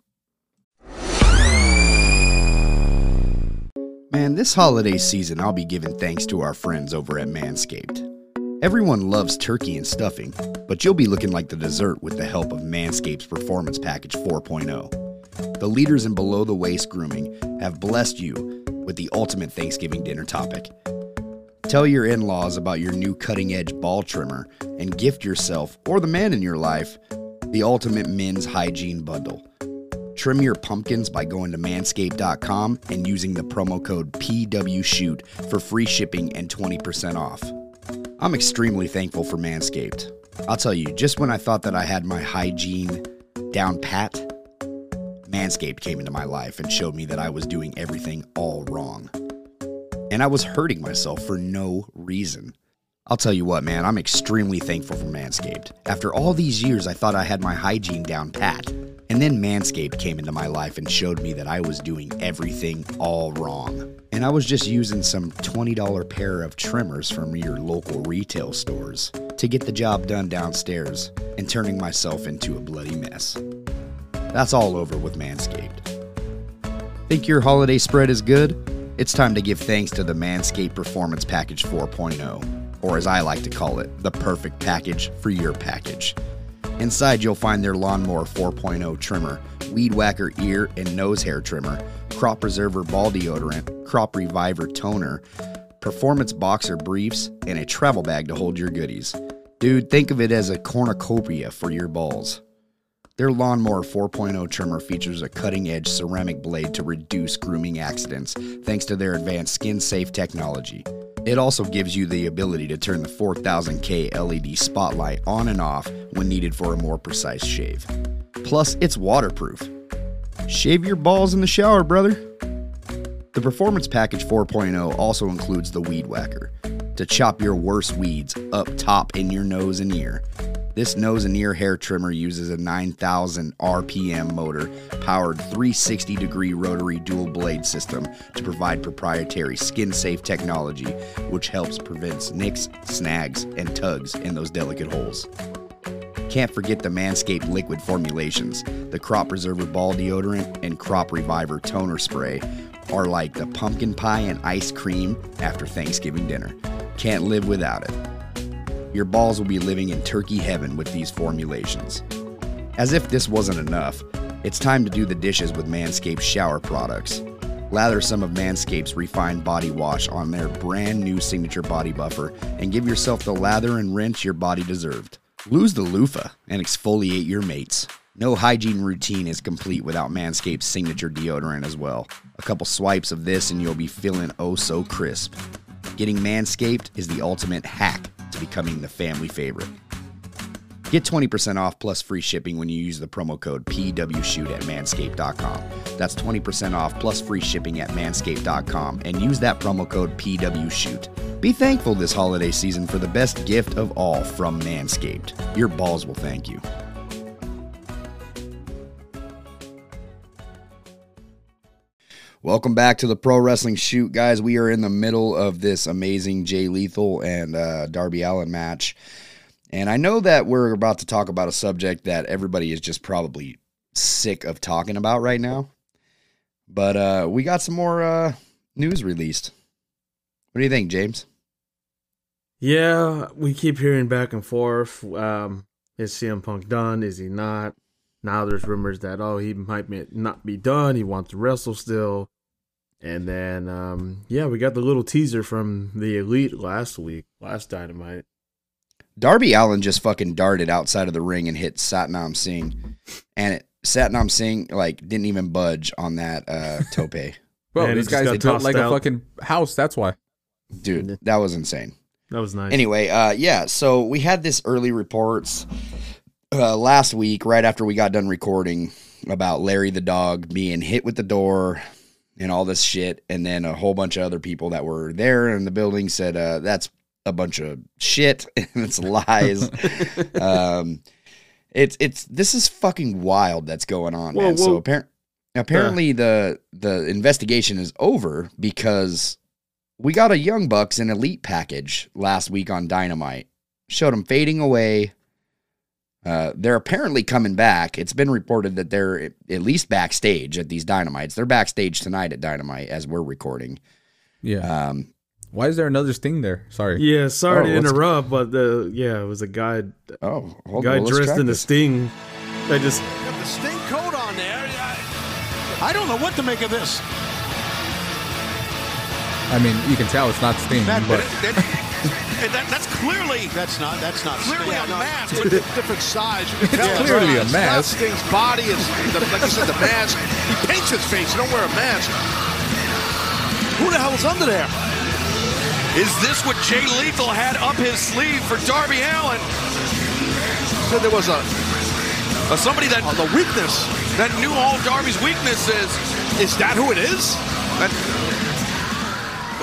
E: Man, this holiday season, I'll be giving thanks to our friends over at Manscaped. Everyone loves turkey and stuffing, but you'll be looking like the dessert with the help of Manscaped's Performance Package 4.0. The leaders in below the waist grooming have blessed you with the ultimate Thanksgiving dinner topic. Tell your in laws about your new cutting edge ball trimmer and gift yourself or the man in your life the ultimate men's hygiene bundle. Trim your pumpkins by going to manscaped.com and using the promo code PWSHOOT for free shipping and 20% off. I'm extremely thankful for Manscaped. I'll tell you, just when I thought that I had my hygiene down pat, Manscaped came into my life and showed me that I was doing everything all wrong. And I was hurting myself for no reason. I'll tell you what, man, I'm extremely thankful for Manscaped. After all these years, I thought I had my hygiene down pat. And then Manscaped came into my life and showed me that I was doing everything all wrong. And I was just using some $20 pair of trimmers from your local retail stores to get the job done downstairs and turning myself into a bloody mess. That's all over with Manscaped. Think your holiday spread is good? It's time to give thanks to the Manscaped Performance Package 4.0, or as I like to call it, the perfect package for your package. Inside, you'll find their Lawnmower 4.0 trimmer, Weed Whacker ear and nose hair trimmer, Crop Preserver ball deodorant, Crop Reviver toner, performance boxer briefs, and a travel bag to hold your goodies. Dude, think of it as a cornucopia for your balls. Their Lawnmower 4.0 trimmer features a cutting edge ceramic blade to reduce grooming accidents thanks to their advanced skin safe technology. It also gives you the ability to turn the 4000K LED E spotlight on and off when needed for a more precise shave. Plus, it's waterproof. Shave your balls in the shower, brother. The Performance Package 4.0 also includes the Weed Whacker to chop your worst weeds up top in your nose and ear. This nose and ear hair trimmer uses a 9,000 RPM motor powered 360 degree rotary dual blade system to provide proprietary skin safe technology, which helps prevent nicks, snags, and tugs in those delicate holes. Can't forget the Manscaped liquid formulations. The Crop Preserver Ball Deodorant and Crop Reviver Toner Spray are like the pumpkin pie and ice cream after Thanksgiving dinner. Can't live without it. Your balls will be living in turkey heaven with these formulations. As if this wasn't enough, it's time to do the dishes with Manscaped shower products. Lather some of Manscaped's refined body wash on their brand new signature body buffer and give yourself the lather and rinse your body deserved. Lose the loofah and exfoliate your mates. No hygiene routine is complete without Manscaped's signature deodorant as well. A couple swipes of this and you'll be feeling oh so crisp. Getting Manscaped is the ultimate hack to becoming the family favorite. Get 20% off plus free shipping when you use the promo code PWShoot at manscaped.com. That's 20% off plus free shipping at manscaped.com and use that promo code PWShoot. Be thankful this holiday season for the best gift of all from Manscaped. Your balls will thank you. Welcome back to the Pro Wrestling Shoot, guys. We are in the middle of this amazing Jay Lethal and uh, Darby Allen match. And I know that we're about to talk about a subject that everybody is just probably sick of talking about right now. But uh, we got some more uh, news released. What do you think, James?
G: Yeah, we keep hearing back and forth. Um, is CM Punk done? Is he not? Now there's rumors that oh he might be, not be done. He wants to wrestle still. And then um, yeah, we got the little teaser from the Elite last week, last Dynamite.
E: Darby Allen just fucking darted outside of the ring and hit Satnam Singh, and it, Satnam Singh like didn't even budge on that uh, tope.
F: Bro,
G: Man, it
F: these
G: just
F: guys
G: got
F: they built
G: tossed
F: like a
G: out.
F: fucking house. That's why.
E: Dude, that was insane.
G: That was nice.
E: Anyway, uh, yeah, so we had this early reports uh, last week, right after we got done recording, about Larry the dog being hit with the door and all this shit. And then a whole bunch of other people that were there in the building said, uh, that's a bunch of shit and it's lies. um, it's, it's, this is fucking wild that's going on,
G: Whoa,
E: man. So
G: whoa.
E: apparently, apparently the, the investigation is over because we got a Young Bucks and Elite package last week on Dynamite. Showed them fading away. Uh, they're apparently coming back. It's been reported that they're at- at least backstage at these Dynamites. They're backstage tonight at Dynamite as we're recording.
F: Yeah.
E: Um,
F: Why is there another sting there? Sorry.
G: Yeah,
E: Oh,
G: sorry to
E: let's-
G: interrupt, but the yeah, it was a guy
E: oh, hold
G: guy
E: on. Let's
G: dressed
E: track
G: in a
E: this.
G: sting. I just
I: Got the sting coat on there. I, I don't know what to make of this.
F: I mean, you can tell it's not sting,
I: That,
F: but
H: That, that- that's clearly
I: that's not. That's not.
H: clearly
I: yeah,
H: a
I: no.
H: mask, but it's different size. You can tell
F: It's clearly a
H: it's
F: mask.
H: Not Sting's body. It's the, like you said, the mask. He paints his face. You don't wear a mask.
I: Who the hell is under there?
H: Is this what Jay Lethal had up his sleeve for Darby Allen? Said there was a, a somebody that
I: Oh, the weakness.
H: that knew all Darby's weaknesses.
I: Is that who it is?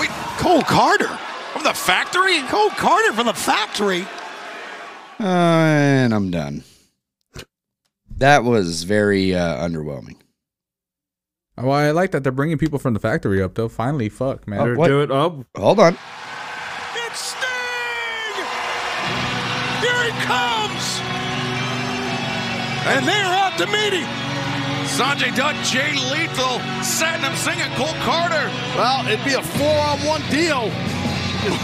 H: Wait,
I: Cole Carter.
H: from the factory?
I: Cole Carter from the factory.
E: Uh, and I'm done. That was very uh, underwhelming.
F: well, I like that they're bringing people from the factory up though. Finally, fuck man.
E: Oh.
G: better
E: What?
G: do it up.
E: Hold on.
H: It's Sting! Here he comes!
I: And they're out to meet him.
H: Sanjay Dutt, Jay Lethal, Satnam Singh, and Cole Carter. Well, it'd be a four-on-one deal.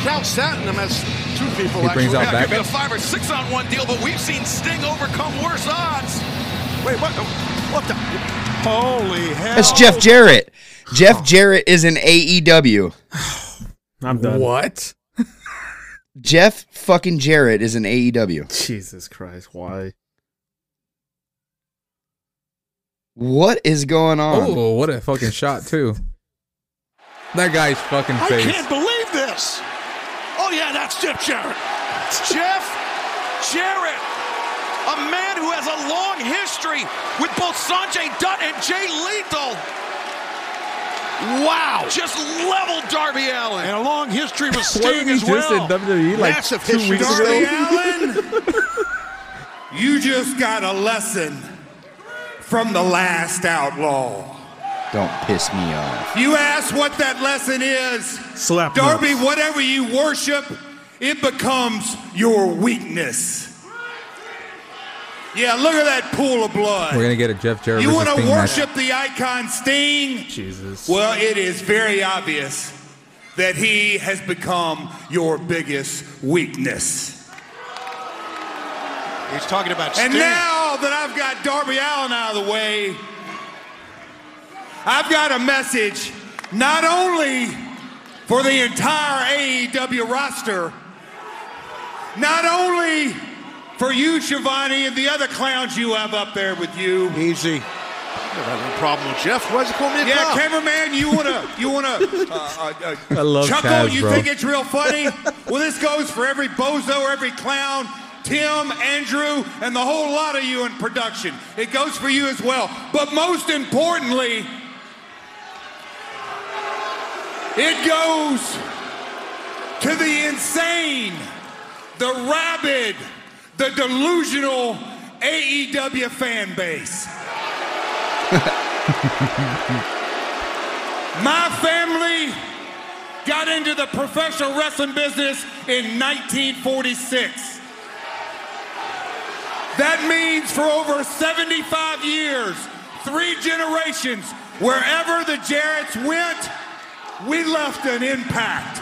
H: Count Satnam has two people.
F: He brings
H: actually.
F: out
H: yeah, it could be a
F: backup?
H: five or six-on-one deal, but we've seen Sting overcome worse odds. Wait, what? What the?
I: Holy hell.
E: That's Jeff Jarrett. Jeff Jarrett is E in AEW.
G: I'm done.
F: What?
E: Jeff fucking Jarrett is E in AEW.
G: Jesus Christ! Why?
E: What is going on?
F: Oh, what a fucking shot too. That guy's fucking
I: I
F: face.
I: can't believe this. Oh, yeah, that's Jeff Jarrett.
H: Jeff Jarrett, a man who has a long history with both Sanjay Dutt and Jay Lethal. Wow. Just leveled Darby Allen.
I: And a long history with
F: What
I: Sting
F: did he
I: as
F: just
I: well.
F: in WWE like
H: Massive
F: two
H: history.
F: weeks
H: Darby
F: ago?
J: Allen, you just got a lesson from the last outlaw.
E: Don't piss me off.
J: You ask what that lesson is.
G: Slap
J: Darby,
G: notes.
J: whatever you worship, it becomes your weakness. Yeah, look at that pool of blood.
F: We're gonna get a Jeff Jarrett.
J: You want
F: versus
J: to
F: Sting match.
J: worship the icon Sting?
G: Jesus.
J: Well, it is very obvious that he has become your biggest weakness.
I: He's talking about Sting.
J: And now that I've got Darby Allen out of the way, I've got a message not only for the entire AEW roster, not only for you, Shivani, and the other clowns you have up there with you.
I: Easy.
H: No problem with Jeff. Why's it call me a
J: Yeah,
H: clown?
J: cameraman, you wanna you wanna uh, uh, uh,
F: I love
J: chuckle?
F: Taz,
J: you
F: bro.
J: think it's real funny? well, this goes for every bozo, every clown, Tim, Andrew, and the whole lot of you in production. It goes for you as well. But most importantly, it goes to the insane, the rabid, the delusional AEW fan base. My family got into the professional wrestling business in 1946. That means for over 75 years, three generations, wherever the Jarretts went, we left an impact.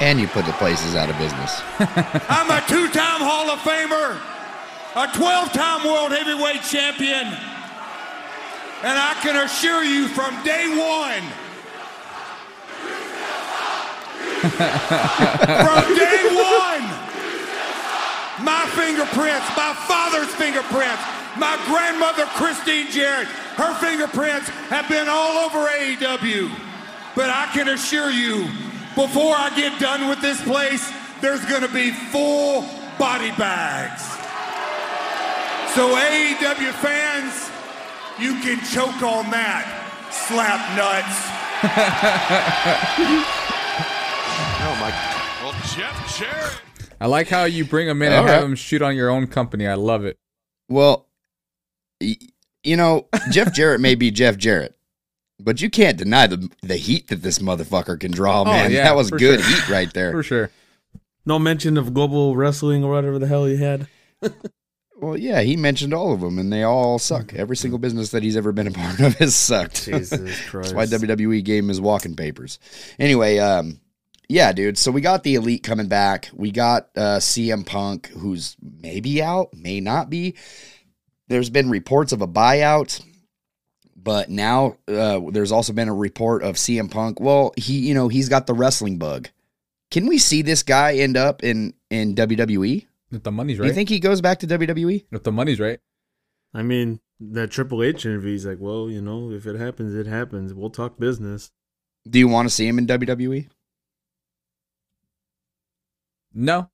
E: And you put the places out of business.
J: I'm a two time Hall of Famer, a 12 time World Heavyweight Champion, and I can assure you from day one. from day one, my fingerprints, my father's fingerprints, my grandmother Christine Jarrett, her fingerprints have been all over AEW. But I can assure you, before I get done with this place, there's gonna be full body bags. So AEW fans, you can choke on that, slap nuts.
H: Well, Jeff Jarrett.
F: I like how you bring him in and have him shoot on your own company. I love it.
E: Well, y- you know, Jeff Jarrett may be Jeff Jarrett, but you can't deny the the heat that this motherfucker can draw, man.
F: Oh, yeah,
E: that was
F: for
E: good
F: sure.
E: heat right
F: For
E: there.
F: sure.
G: No mention of global wrestling or whatever the hell he had.
E: Well, yeah, he mentioned all of them, and they all suck.
F: Mm.
E: Every single business that he's ever been a part of has sucked.
G: Jesus
E: That's
G: Christ.
E: why WWE E gave him his walking papers. Anyway, um, yeah, dude. So we got the elite coming back. We got uh, CM Punk, who's maybe out, may not be. There's been reports of a buyout, but now uh, there's also been a report of CM Punk. Well, he, you know, he's got the wrestling bug. Can we see this guy end up in in WWE?
F: If the money's
E: Do you
F: right.
E: think he goes back to E? WWE?
F: if the money's right.
G: I mean, that Triple H interview, he's like, well, you know, if it happens, it happens. We'll talk business.
E: Do you want to see him in E? WWE?
F: No.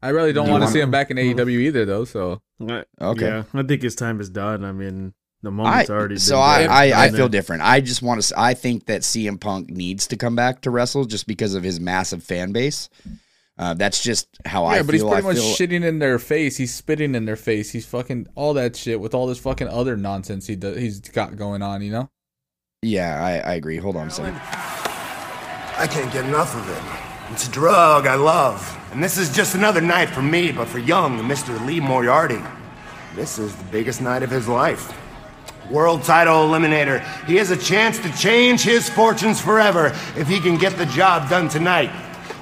F: I really don't
E: You
F: want to
E: want-
F: see him back in AEW either, though. So
G: I-
E: Okay.
G: Yeah, I think his time is done. I mean, the moment's already
E: so
G: been
E: I,
G: done.
E: I, I
G: Done
E: feel
G: there.
E: different. I just want to. I think that CM Punk needs to come back to wrestle just because of his massive fan base. Uh, that's just how I
F: yeah,
E: feel.
F: but he's pretty
E: I
F: much
E: feel-
F: shitting in their face. He's spitting in their face. He's fucking all that shit with all this fucking other nonsense he does, he's got going on. You know.
E: Yeah, I, I agree. Hold on a second.
J: I can't get enough of it. It's a drug I love. And this is just another night for me, but for young Mr. Lee Moriarty.
K: This is the biggest night of his life. World title eliminator. He has a chance to change his fortunes forever if he can get the job done tonight.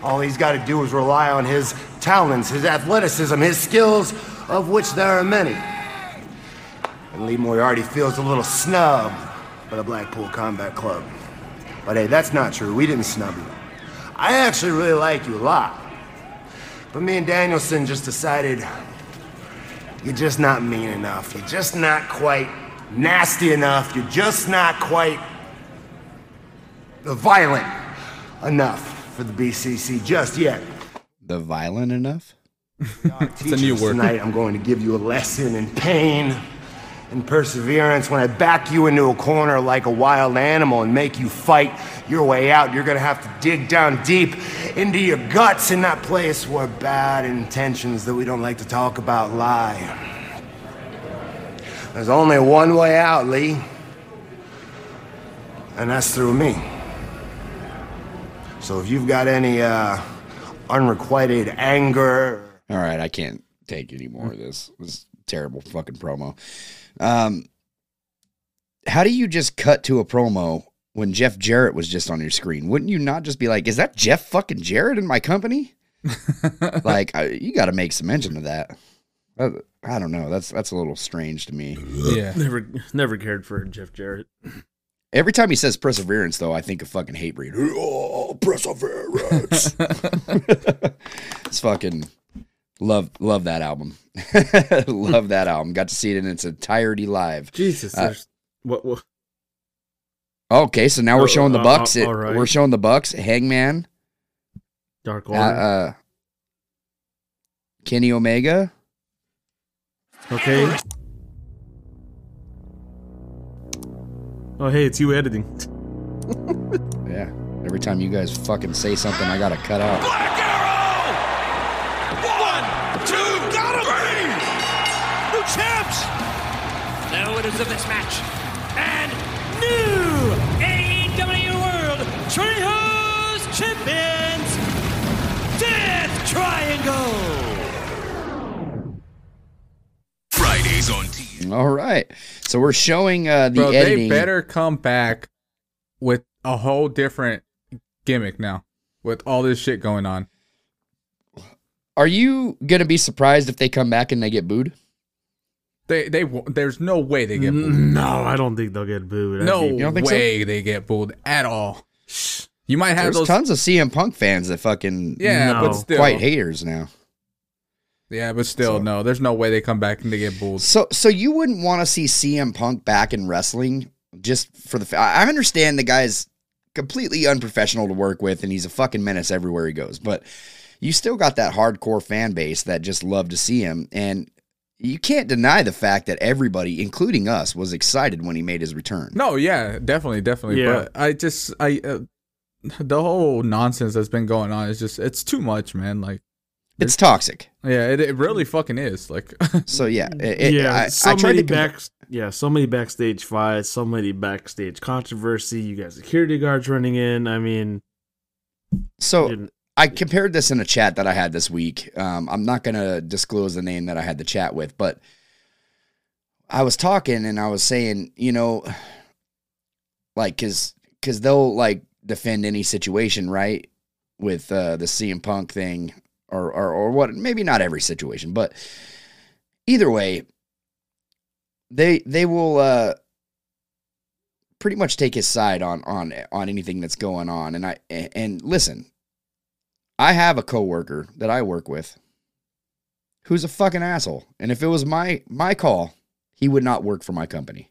K: All he's got to do is rely on his talents, his athleticism, his skills, of which there are many. And Lee Moriarty feels a little snubbed by the Blackpool Combat Club. But hey, that's not true. We didn't snub you. I actually really like you a lot. But me and Danielson just decided you're just not mean enough. You're just not quite nasty enough. You're just not quite violent enough for the BCC just yet.
E: The violent enough?
K: it's a new word. Tonight, I'm going to give you a lesson in pain and perseverance. When I back you into a corner like a wild animal and make you fight your way out, you're going to have to dig down deep into your guts in that place where bad intentions that we don't like to talk about lie. There's only one way out, Lee, and that's through me. So if you've got any uh, unrequited anger,
E: All right, I can't take any more of this. This is terrible fucking promo. Um, how do you just cut to a promo when Jeff Jarrett was just on your screen? Wouldn't you not just be like, "Is that Jeff fucking Jarrett in my company?" like, I, you got to make some mention of that. Uh, I don't know. That's that's a little strange to me.
G: Never never cared for Jeff Jarrett.
E: Every time he says perseverance, though, I think of fucking hate breed. Oh, perseverance. it's fucking love love that album. love that album. Got to see it in its entirety live.
G: Jesus,
E: Uh,
G: there's what, what
E: Okay, so now we're
G: Oh,
E: showing the
G: uh,
E: Bucks.
G: uh,
E: It,
G: all right.
E: We're showing the Bucks. Hangman.
G: Dark
E: Uh,
G: Order?
E: uh, Kenny Omega.
G: okay. Oh hey, it's you editing.
E: Yeah. Every time you guys fucking say something, I gotta cut out.
H: One, two, got him! Three! New champs!
L: The winners of this match and new AEW World Trios Champions, Death Triangle.
M: Fridays on TV.
E: All right. So we're showing uh, the
F: Bro,
E: editing.
F: they better come back with a whole different gimmick now with all this shit going on.
E: Are you gonna be surprised if they come back and they get booed?
F: They they won't- there's no way they get booed.
G: No, I don't think they'll get booed.
F: No
G: I think-
F: way they get booed at all. You might have
E: There's
F: those
E: tons of CM Punk fans that fucking
F: Yeah, but No. still.
E: quite haters now.
F: Yeah, but still no, there's no way they come back and they get booed.
E: So so you wouldn't want to see CM Punk back in wrestling just for the fa- I I understand the guy's completely unprofessional to work with and he's a fucking menace everywhere he goes, but you still got that hardcore fan base that just love to see him and you can't deny the fact that everybody, including us, was excited when he made his return.
F: No, yeah, definitely, definitely.
E: Yeah.
F: But I just I uh, the whole nonsense that's been going on is just it's too much, man. Like
E: it's toxic.
F: Yeah, it, it really fucking is. Like
E: So yeah,
G: yeah, so many
E: comp-
G: back, yeah, so many backstage fights, so many backstage controversy. You got security guards running in. I mean,
E: So I compared this in a chat that I had this week. Um, I'm not going to disclose the name that I had the chat with, but I was talking and I was saying, you know, like, cause, cause they'll like defend any situation, right? With uh, the CM Punk thing or, or, or what, maybe not every situation, but either way, they, they will, uh, pretty much take his side on on on anything that's going on and i and listen i have a coworker that i work with who's a fucking asshole and if it was my my call he would not work for my company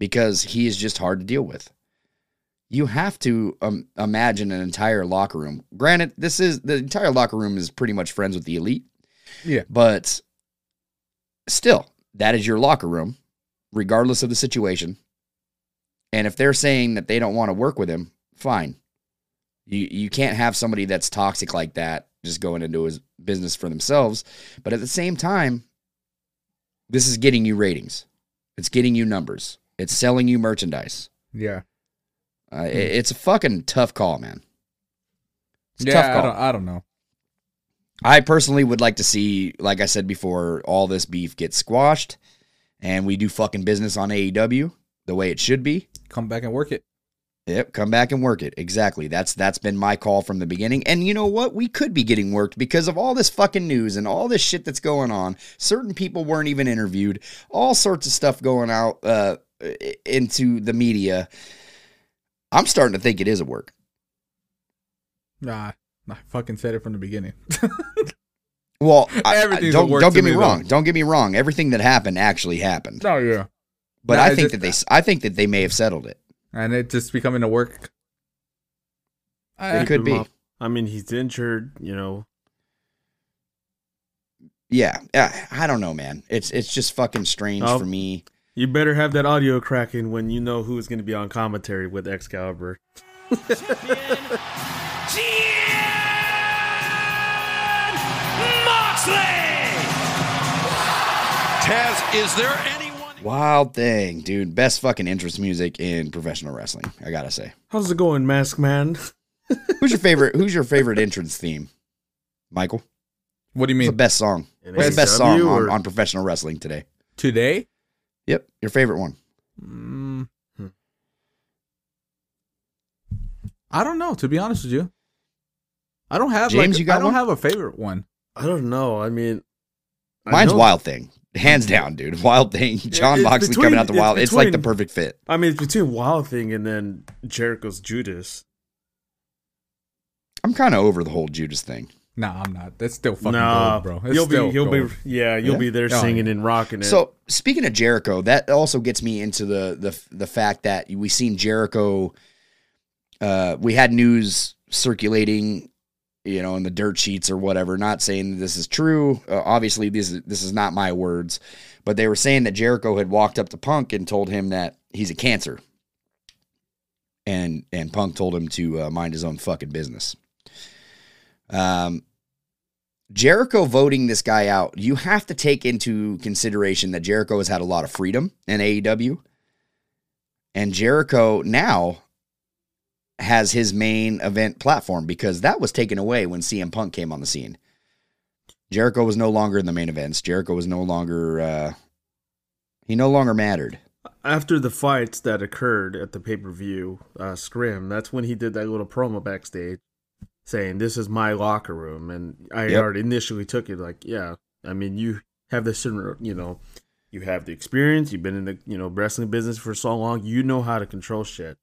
E: because he is just hard to deal with you have to um, imagine an entire locker room granted this is the entire locker room is pretty much friends with the elite
F: yeah
E: but still that is your locker room regardless of the situation and if they're saying that they don't want to work with him, fine. You you can't have somebody that's toxic like that just going into his business for themselves. But at the same time, this is getting you ratings. It's getting you numbers. It's selling you merchandise.
F: yeah.
E: Uh, i- it's a fucking tough call, man. It's a
F: yeah,
E: tough call.
F: I don't, I don't know.
E: I personally would like to see, like I said before, all this beef get squashed and we do fucking business on AEW the way it should be.
F: Come back and work it.
E: Yep, come back and work it. Exactly. That's that's been my call from the beginning. And you know what? We could be getting worked because of all this fucking news and all this shit that's going on. Certain people weren't even interviewed. All sorts of stuff going out uh, into the media. I'm starting to think it is a work.
F: Nah, I fucking said it from the beginning.
E: Well, I- I-
F: Everything's a
E: don't
F: work
E: don't
F: to
E: get me,
F: me, though.
E: wrong. Don't get me wrong. Everything that happened actually happened.
F: oh yeah,
E: But
F: Nah,
E: I
F: it's
E: think
F: just-
E: that they s- I think that they may have settled it.
F: and it just becoming a work.
E: Uh, It could be.
G: I mean, he's injured. You know,
E: Yeah. Yeah. I don't know, man. It's it's just fucking strange
G: Oh.
E: for me.
G: you better have that audio cracking when you know who's going to be on commentary with Excalibur.
H: Taz, is there any
E: Wild thing, dude. Best fucking interest music in professional wrestling. I gotta say.
G: How's it going, Mask Man?
E: Who's your favorite? Who's your favorite entrance theme, Michael?
F: What do you mean?
E: What's the best song?
G: In
E: What's the best song
G: AEW
E: on,
G: or-
E: on professional wrestling today?
F: Today?
E: Yep, your favorite one.
F: Mm. I don't know. To be honest with you, I don't have.
E: James,
F: like,
E: you got
F: I don't
E: one?
F: have a favorite one.
G: I don't know. I mean, I
E: Mine's
G: know-
E: Wild Thing, hands down, dude. Wild Thing. John
G: it's
E: Moxley
G: between-
E: coming out the
G: it's
E: wild. It's like the
G: between-
E: perfect fit.
G: I mean, it's between Wild Thing and then Jericho's Judas.
E: I'm kind of over the whole Judas thing.
F: Nah, I'm not. That's still fucking
G: Nah,
F: gold, bro. It's
G: you'll be,
F: still
G: you'll
F: gold.
G: be, yeah, you'll
E: Yeah?
G: be there
F: Oh,
G: singing and rocking it.
E: So speaking of Jericho, that also gets me into the the the fact that we seen Jericho. Uh, we had news circulating, you know, in the dirt sheets or whatever. Not saying that this is true. Uh, obviously, this is this is not my words, but they were saying that Jericho had walked up to Punk and told him that he's a cancer, and and Punk told him to uh, mind his own fucking business. Um, Jericho voting this guy out, you have to take into consideration that Jericho has had a lot of freedom in AEW. And Jericho now has his main event platform because that was taken away when CM Punk came on the scene. Jericho was no longer in the main events. Jericho was no longer, uh, he no longer mattered.
G: after the fights that occurred at the pay per view uh, scrim, that's when he did that little promo backstage saying, "This is my locker room," and I
E: Yep.
G: already initially took it like, "Yeah, I mean, you have the certain, you know, you have the experience. You've been in the you know wrestling business for so long. You know how to control shit."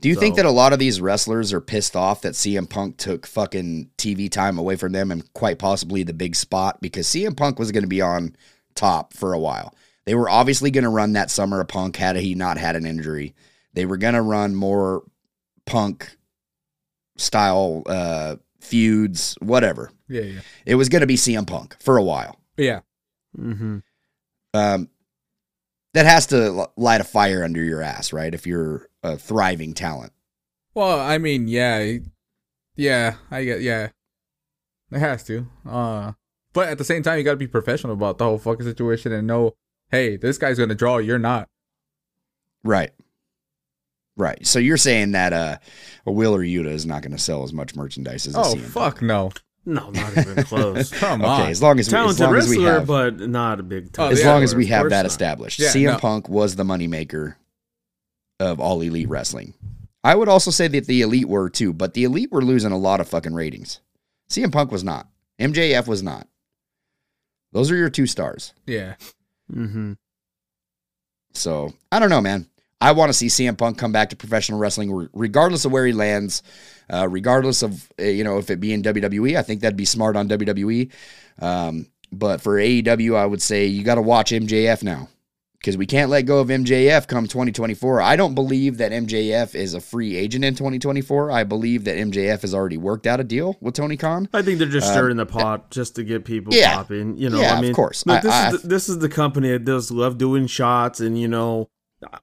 E: Do you think
G: So-
E: that a lot of these wrestlers are pissed off that CM Punk took fucking TV time away from them and quite possibly the big spot because CM Punk was going to be on top for a while? They were obviously going to run that summer of Punk had he not had an injury. They were going to run more Punk style uh, feuds, whatever.
F: Yeah, yeah,
E: It was going to be CM Punk for a while.
F: yeah.
G: Mm-hmm.
E: Um, that has to li- light a fire under your ass, right? If you're a thriving talent.
F: Well, I mean, yeah, it- yeah. I get, yeah. It has to. Uh, but at the same time, you got to be professional about the whole fucking situation and know, hey, this guy's gonna draw. You're not.
E: Right. Right. So you're saying that uh, a Wheeler Yuta is not going to sell as much merchandise as a
F: Oh
E: CM
F: fuck no.
G: No, not even close.
F: Come
E: Punk.
F: on.
E: Okay, as long as we, as
G: Talented
E: long as we
G: wrestler,
E: have,
G: but not a big.
F: Oh,
E: as
F: yeah,
E: long as we
G: of
E: have
G: course
E: that
G: not.
E: established,
F: Yeah,
E: CM
F: no.
E: Punk was the moneymaker of all Elite Wrestling. I would also say that the Elite were too, but the Elite were losing a lot of fucking ratings. CM Punk was not. MJF was not. Those are your two stars.
F: Yeah.
G: Mm-hmm.
E: So I don't know, man. I want to see CM Punk come back to professional wrestling, re- regardless of where he lands, uh, regardless of uh, you know if it be in WWE. I think that'd be smart on WWE. Um, but for AEW, I would say you got to watch MJF now because we can't let go of MJF come 2024. I don't believe that MJF is a free agent in 2024. I believe that MJF has already worked out a deal with Tony Khan.
G: I think they're just
E: Um,
G: stirring the pot just to get people
E: yeah.
G: popping. You know,
E: Yeah,
G: I
E: of
G: mean,
E: course.
G: look,
E: I-
G: this,
E: I-
G: is the, this is the company that does love doing shots, and you know, I-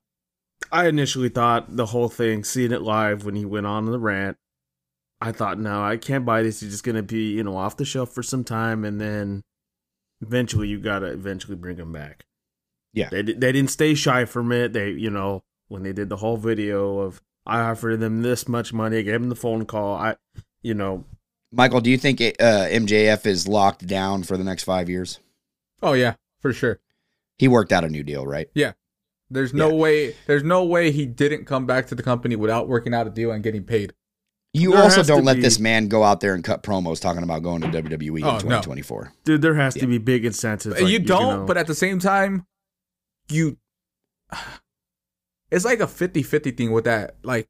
G: I initially thought the whole thing, seeing it live when he went on the rant, I thought, no, I can't buy this. He's just gonna be, you know, off the shelf for some time, and then eventually, you gotta eventually bring him back.
E: Yeah.
G: they di- they didn't stay shy from it. They, you know, when they did the whole video of I offered them this much money, I gave them the phone call, I, you know
E: Michael, do you think it, uh, MJF is locked down for the next five years?
F: Oh yeah, for sure.
E: He worked out a new deal, right?
F: Yeah. There's no way. There's no way he didn't come back to the company without working out a deal and getting paid.
E: You
F: There
E: also
F: has
E: don't
F: to
E: let
F: be-
E: this man go out there and cut promos talking about going to WWE
F: Oh, no.
E: in 2024.
G: Dude, there has to be big incentives. like,
F: you don't,
G: know.
F: but at the same time, you. It's like a 50-50 thing with that, like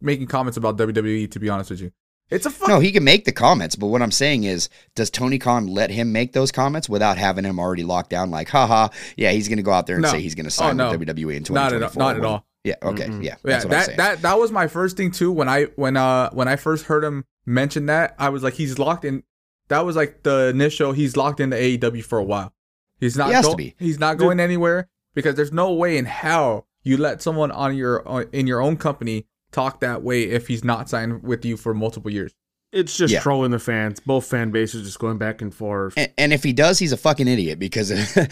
F: making comments about WWE. To be honest with you, it's a fuck.
E: No, he can make the comments, but what I'm saying is, does Tony Khan let him make those comments without having him already locked down? Like, haha, yeah, he's going to go out there and
F: No.
E: say he's going
F: Oh,
E: to sign
F: no.
E: with WWE in 2024.
F: Not at all- not at all.
E: Yeah. Okay. Yeah.
F: Yeah,
E: That's what I'm
F: that
E: saying.
F: that that was my first thing too. When I when uh when I first heard him mention that, I was like, he's locked in. That was like the initial. He's locked into AEW for a while. He's not.
E: He has to
F: go-
E: be.
F: He's not going anywhere because there's no way in hell you let someone on your on- in your own company talk that way if he's not signed with you for multiple years.
G: it's just
E: Yeah.
G: trolling the fans. Both fan bases just going back and forth.
E: And, and if he does, he's a fucking idiot because if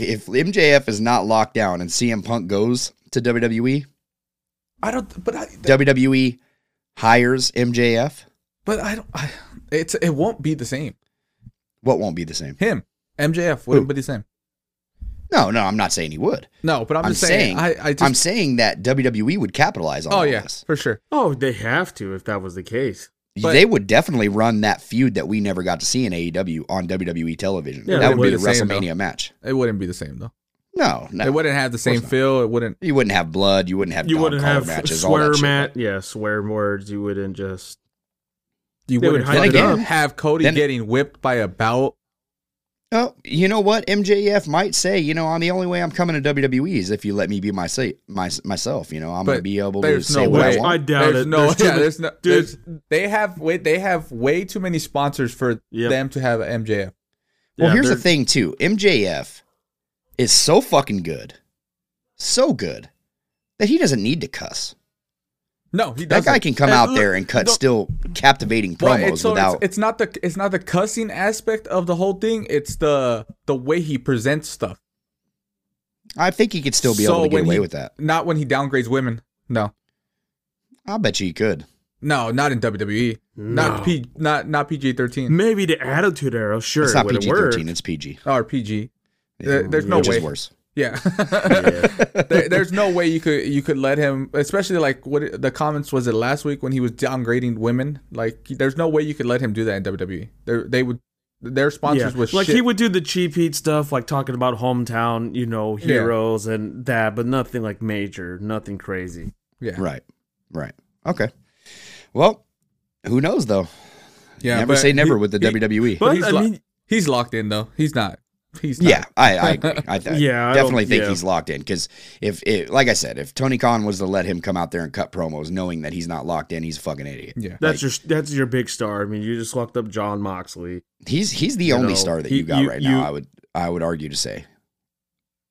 E: if MJF is not locked down and CM Punk goes to E, WWE,
F: I don't. But I,
E: WWE E hires MJF,
F: but I don't. I, it's it won't be the same.
E: what won't be the same?
F: Him MJF wouldn't be the same.
E: No, no, I'm not saying he would.
F: No, but I'm, just saying. I, I just,
E: am saying that WWE would capitalize on.
F: Oh
E: all
F: yeah,
E: this.
F: for sure.
G: Oh, they have to if that was the case.
E: they would definitely run that feud that we never got to see in AEW on WWE television.
F: Yeah, it
E: that would
F: would
E: be
F: be
E: the
F: the same,
E: WrestleMania
F: though.
E: match.
F: It wouldn't be the same though.
E: No, no.
F: It wouldn't have the same feel. It wouldn't.
E: You wouldn't have blood. You wouldn't have
G: You
E: dog
G: wouldn't
E: collar
G: have
E: matches. all
G: swear
E: that shit.
G: mat, yeah, swear words. You wouldn't just
F: You
G: They would
F: wouldn't
G: hype
F: fucking
G: it up.
F: have Cody
E: Then-
F: getting whipped by a belt.
E: Oh, you know what? MJF might say, you know, I'm the only way I'm coming to WWE is if you let me be my, say, my myself. You know, I'm going to
F: But
E: be able to
F: There's
E: say
F: no
E: what
F: way.
E: I want.
G: doubt
F: there's
G: it.
F: No,
G: There's too
F: yeah,
G: many-
F: there's no.
G: Dude.
F: there's- they have wait. They have way too many sponsors for
G: Yep.
F: them to have MJF.
E: Well,
G: Yeah,
E: here's the
G: they're-
E: thing, too. MJF is so fucking good, so good, that he doesn't need to cuss.
F: No, he
E: That
F: doesn't.
E: guy can come
F: And
E: out
F: look,
E: there and cut
F: the-
E: still captivating
F: but
E: promos
F: it's, so
E: without.
F: it's, it's not the it's not the cussing aspect of the whole thing. It's the the way he presents stuff.
E: I think he could still be
F: So
E: able to get
F: when
E: away
F: he-
E: with that.
F: Not when he downgrades women. No,
E: I'll bet you he could.
F: no, not in WWE. Not P, not not PG thirteen
G: Maybe the attitude arrow. Sure,
E: it's
G: it
E: not
G: would've
E: PG thirteen.
G: worked.
E: It's PG.
F: or PG. There- there's no
E: which
F: way.
E: is worse.
F: Yeah. there, there's no way you could you could let him, especially like what it- the comments was it last week when he was downgrading women. Like, there's no way you could let him do that in WWE. they they would their
G: Yeah.
F: sponsors was
G: like
F: shit.
G: he would do the cheap heat stuff, like talking about hometown, you know,
F: Yeah.
G: heroes and that, but nothing like major, nothing crazy.
F: yeah,
E: Right. Right. Okay. Well, who knows though?
F: yeah.
E: never
F: but
E: say never
F: he-
E: with the E.
F: he-
E: WWE.
F: But
G: But,
F: he's,
G: I
F: lo-
G: mean-
F: he's locked in though. He's not. He's not.
E: yeah, I, I agree. I, th-
G: Yeah, I
E: definitely
G: don't-
E: think
G: yeah.
E: he's locked in because if, it, like I said, if Tony Khan was to let him come out there and cut promos, knowing that he's not locked in, he's a fucking idiot.
F: Yeah.
G: That's your that's your big star. I mean, you just locked up John Moxley.
E: He's he's the
G: You
E: only
G: know,
E: star that
G: he-
E: you got
G: you-
E: right
G: you-
E: now. I would I would argue to say,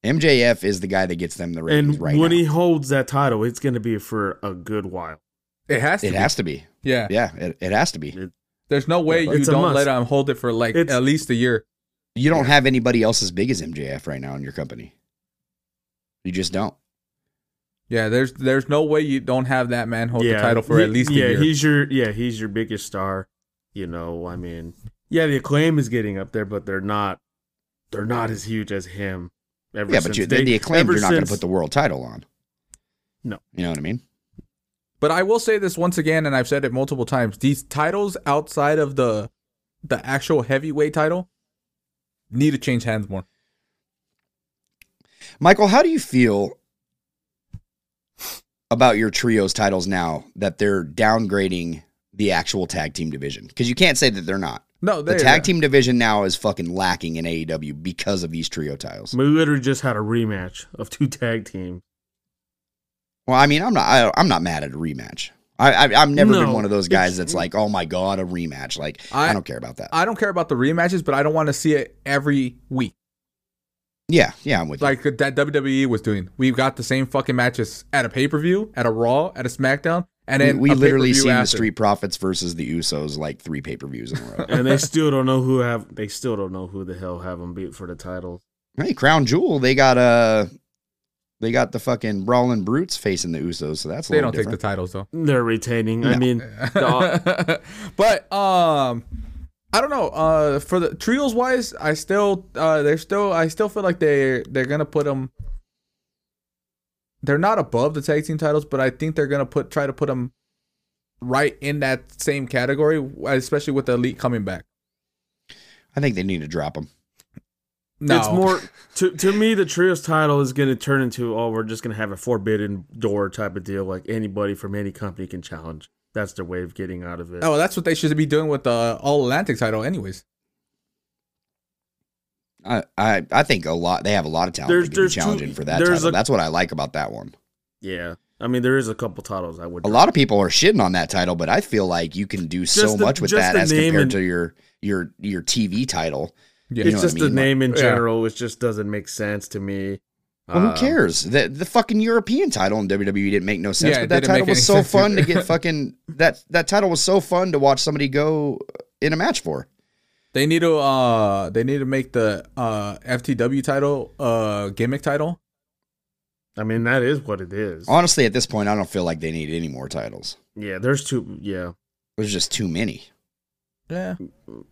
E: MJF is the guy that gets them the ratings
G: And
E: right
G: when
E: now.
G: he holds that title, it's going to be for a good while.
F: It has to.
E: it
F: be.
E: has to be.
F: yeah.
E: Yeah, it, it has to be.
F: There's no way you
G: It's a
F: don't let
G: must.
F: him hold it for like
G: It's-
F: at least a year.
E: You don't have anybody else as big as MJF right now in your company. You just don't.
F: Yeah. There's there's no way you don't have that man hold the title for
G: he-
F: at least
G: yeah,
F: a year.
G: he's your yeah, he's your biggest star. You know, I mean, yeah, the acclaim is getting up there, but they're not they're not as huge as him. Ever
E: yeah,
G: since
E: but you,
G: they-
E: the acclaim,
G: ever
E: you're not going to
G: since-
E: put the world title on.
G: No.
E: You know what I mean?
F: But I will say this once again, and I've said it multiple times: these titles outside of the the actual heavyweight title need to change hands more.
E: Michael, how do you feel about your trios titles now that they're downgrading the actual tag team division? Because you can't say that they're not.
F: No,
E: The
F: they-
E: tag team division now is fucking lacking in AEW because of these trio titles.
G: We literally just had a rematch of two tag teams.
E: Well, I mean, I'm not. I, I'm not mad at a rematch. I, I, I've never been
G: No,
E: one of those guys that's like, "Oh my god, a rematch!" Like, I,
F: I-
E: don't care about that.
F: I don't care about the rematches, but I don't want to see it every week
E: yeah, yeah, I'm with you.
F: like that WWE was doing. We've got the same fucking matches at a pay per view, at a Raw, at a SmackDown, and then
E: we,
F: a
E: we literally
F: pay-per-view
E: seen the
F: after.
E: Street Profits versus the Usos like three pay per views in a row.
G: and they still don't know who have they still don't know who the hell have them beat for the title.
E: hey, Crown Jewel, they got uh They got the fucking Brawling Brutes facing the Usos, so that's a
F: They
E: little
F: don't take the
E: different.
F: titles though.
G: They're retaining. I
E: No.
G: mean, the-
F: but um I don't know. Uh, for the trios wise, I still uh, they're still I still feel like they they're gonna put them. They're not above the tag team titles, but I think they're gonna put try to put them right in that same category, especially with the elite coming back.
E: I think they need to drop them.
F: No,
G: it's more to to me. The trios title is going to turn into oh, we're just going to have a forbidden door type of deal. Like anybody from any company can challenge. That's their way of getting out of it.
F: Oh, that's what they should be doing with the All Atlantic title, anyways.
E: I, I I think a lot. They have a lot of talent
G: There's-
E: that could be
G: there's two-
E: challenging for that
G: there's
E: title.
G: a-
E: That's what I like about that one.
G: yeah. I mean, there is a couple titles I would.
E: A lot of people are shitting on that title, but I feel like you can do so
G: Just the-
E: much with
G: just
E: that
G: the
E: as
G: name
E: compared
G: and-
E: to your your your TV title.
F: Yeah.
E: You know
G: it's
E: what I
G: just
E: mean?
G: the name in
F: Yeah.
G: general, which just doesn't make sense to me.
E: Well, who
F: Uh-huh.
G: Uh,
E: cares? The the fucking European title in WWE didn't make no sense,
F: Yeah, it
E: but that
F: didn't
E: title
F: make
E: was
F: any
E: so
F: sense
E: fun to
F: either.
E: get fucking that that title was so fun to watch somebody go in a match for.
F: They need to uh they need to make the uh FTW title uh gimmick title.
G: I mean, that is what it is.
E: Honestly, at this point, I don't feel like they need any more titles.
G: Yeah, there's two. Yeah,
E: There's just too many.
F: Yeah.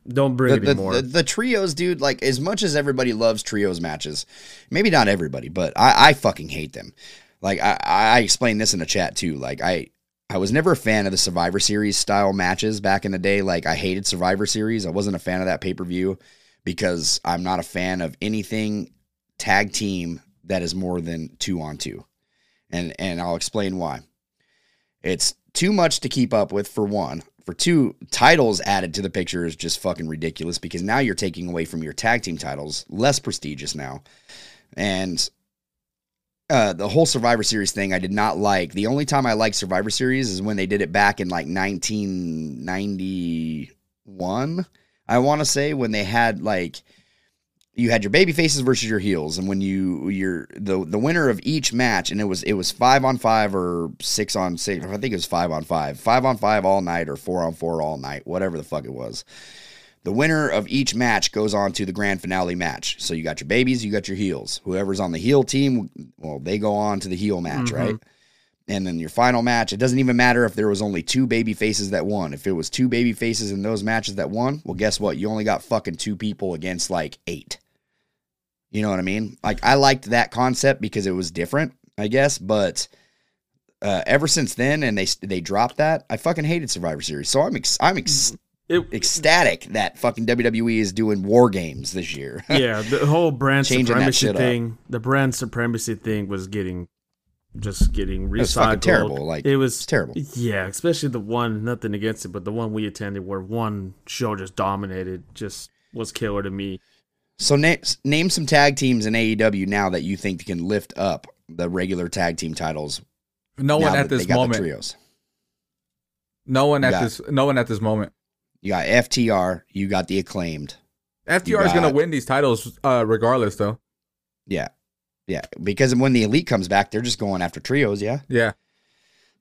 G: don't bring
E: The,
G: it
E: the,
G: anymore.
E: the- the trios, dude, like as much as everybody loves trios matches, maybe not everybody, but I, I fucking hate them. Like I, I explained this in a chat too. Like I I was never a fan of the Survivor Series style matches back in the day. Like I hated Survivor Series. I wasn't a fan of that pay-per-view because I'm not a fan of anything tag team that is more than two on two. And and I'll explain why. It's too much to keep up with for one. For two, titles added to the picture is just fucking ridiculous because now you're taking away from your tag team titles, less prestigious now. And uh, the whole Survivor Series thing I did not like. The only time I liked Survivor Series is when they did it back in like 1991, I want to say, when they had like you had your baby faces versus your heels and when you your the the winner of each match and it was it was 5 on 5 or 6 on 6 I think it was 5 on 5 5 on 5 all night or 4 on 4 all night whatever the fuck it was the winner of each match goes on to the grand finale match so you got your babies you got your heels whoever's on the heel team well they go on to the heel match
G: Mhm.
E: right and then your final match it doesn't even matter if there was only two baby faces that won if it was two baby faces in those matches that won well guess what you only got fucking two people against like eight you know what I mean? Like I liked that concept because it was different, I guess. But uh, ever since then, and they they dropped that, I fucking hated Survivor Series. So I'm ex- I'm ex-
G: It-
E: ecstatic that fucking WWE is doing war games this year.
G: yeah, the whole brand
E: Changing that
G: supremacy
E: shit up.
G: thing. The brand supremacy thing was getting just getting recycled.
E: was fucking terrible, like,
G: it was
E: it's terrible.
G: Yeah, especially the one. Nothing against it, but the one we attended where one show just dominated, just was killer to me.
E: so na- name some tag teams in AEW now that you think can lift up the regular tag team titles.
F: No one
E: now
F: Oh, at
E: that
F: this
E: they got the
F: moment.
E: trios.
F: No one at
E: Yeah.
F: this no one at this moment.
E: You got FTR. You got the acclaimed.
F: FTR is
E: got-
F: gonna win these titles uh regardless though.
E: Yeah, yeah. Because when the elite comes back, they're just going after trios. Yeah.
F: Yeah.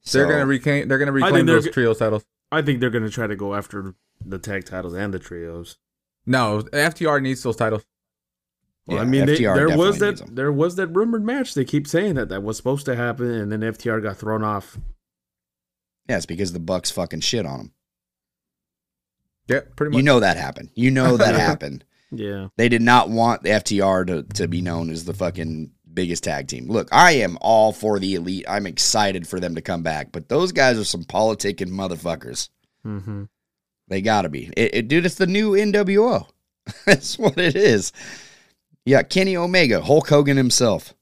E: So-
F: they're gonna reclaim they're gonna reclaim
G: think they're
F: those
G: go-
F: trios titles.
G: I think they're gonna try to go after the tag titles and the trios.
F: No, FTR needs those titles.
G: Well,
E: Yeah,
G: I mean, they,
E: FTR
G: there was
E: definitely
G: that
E: needs 'em.
G: there was that rumored match. They keep saying that that was supposed to happen, and then FTR got thrown off.
E: Yeah, it's because the Bucks fucking shit on them.
F: Yeah, pretty much.
E: You know that happened. You know that happened.
G: Yeah,
E: They did not want the FTR to, to be known as the fucking biggest tag team. Look, I am all for the elite. I'm excited for them to come back, but those guys are some politicking motherfuckers.
G: mm-hmm.
E: They gotta be. It, it- dude, it's the new NWO. That's what it is. Yeah, Kenny Omega, Hulk Hogan himself,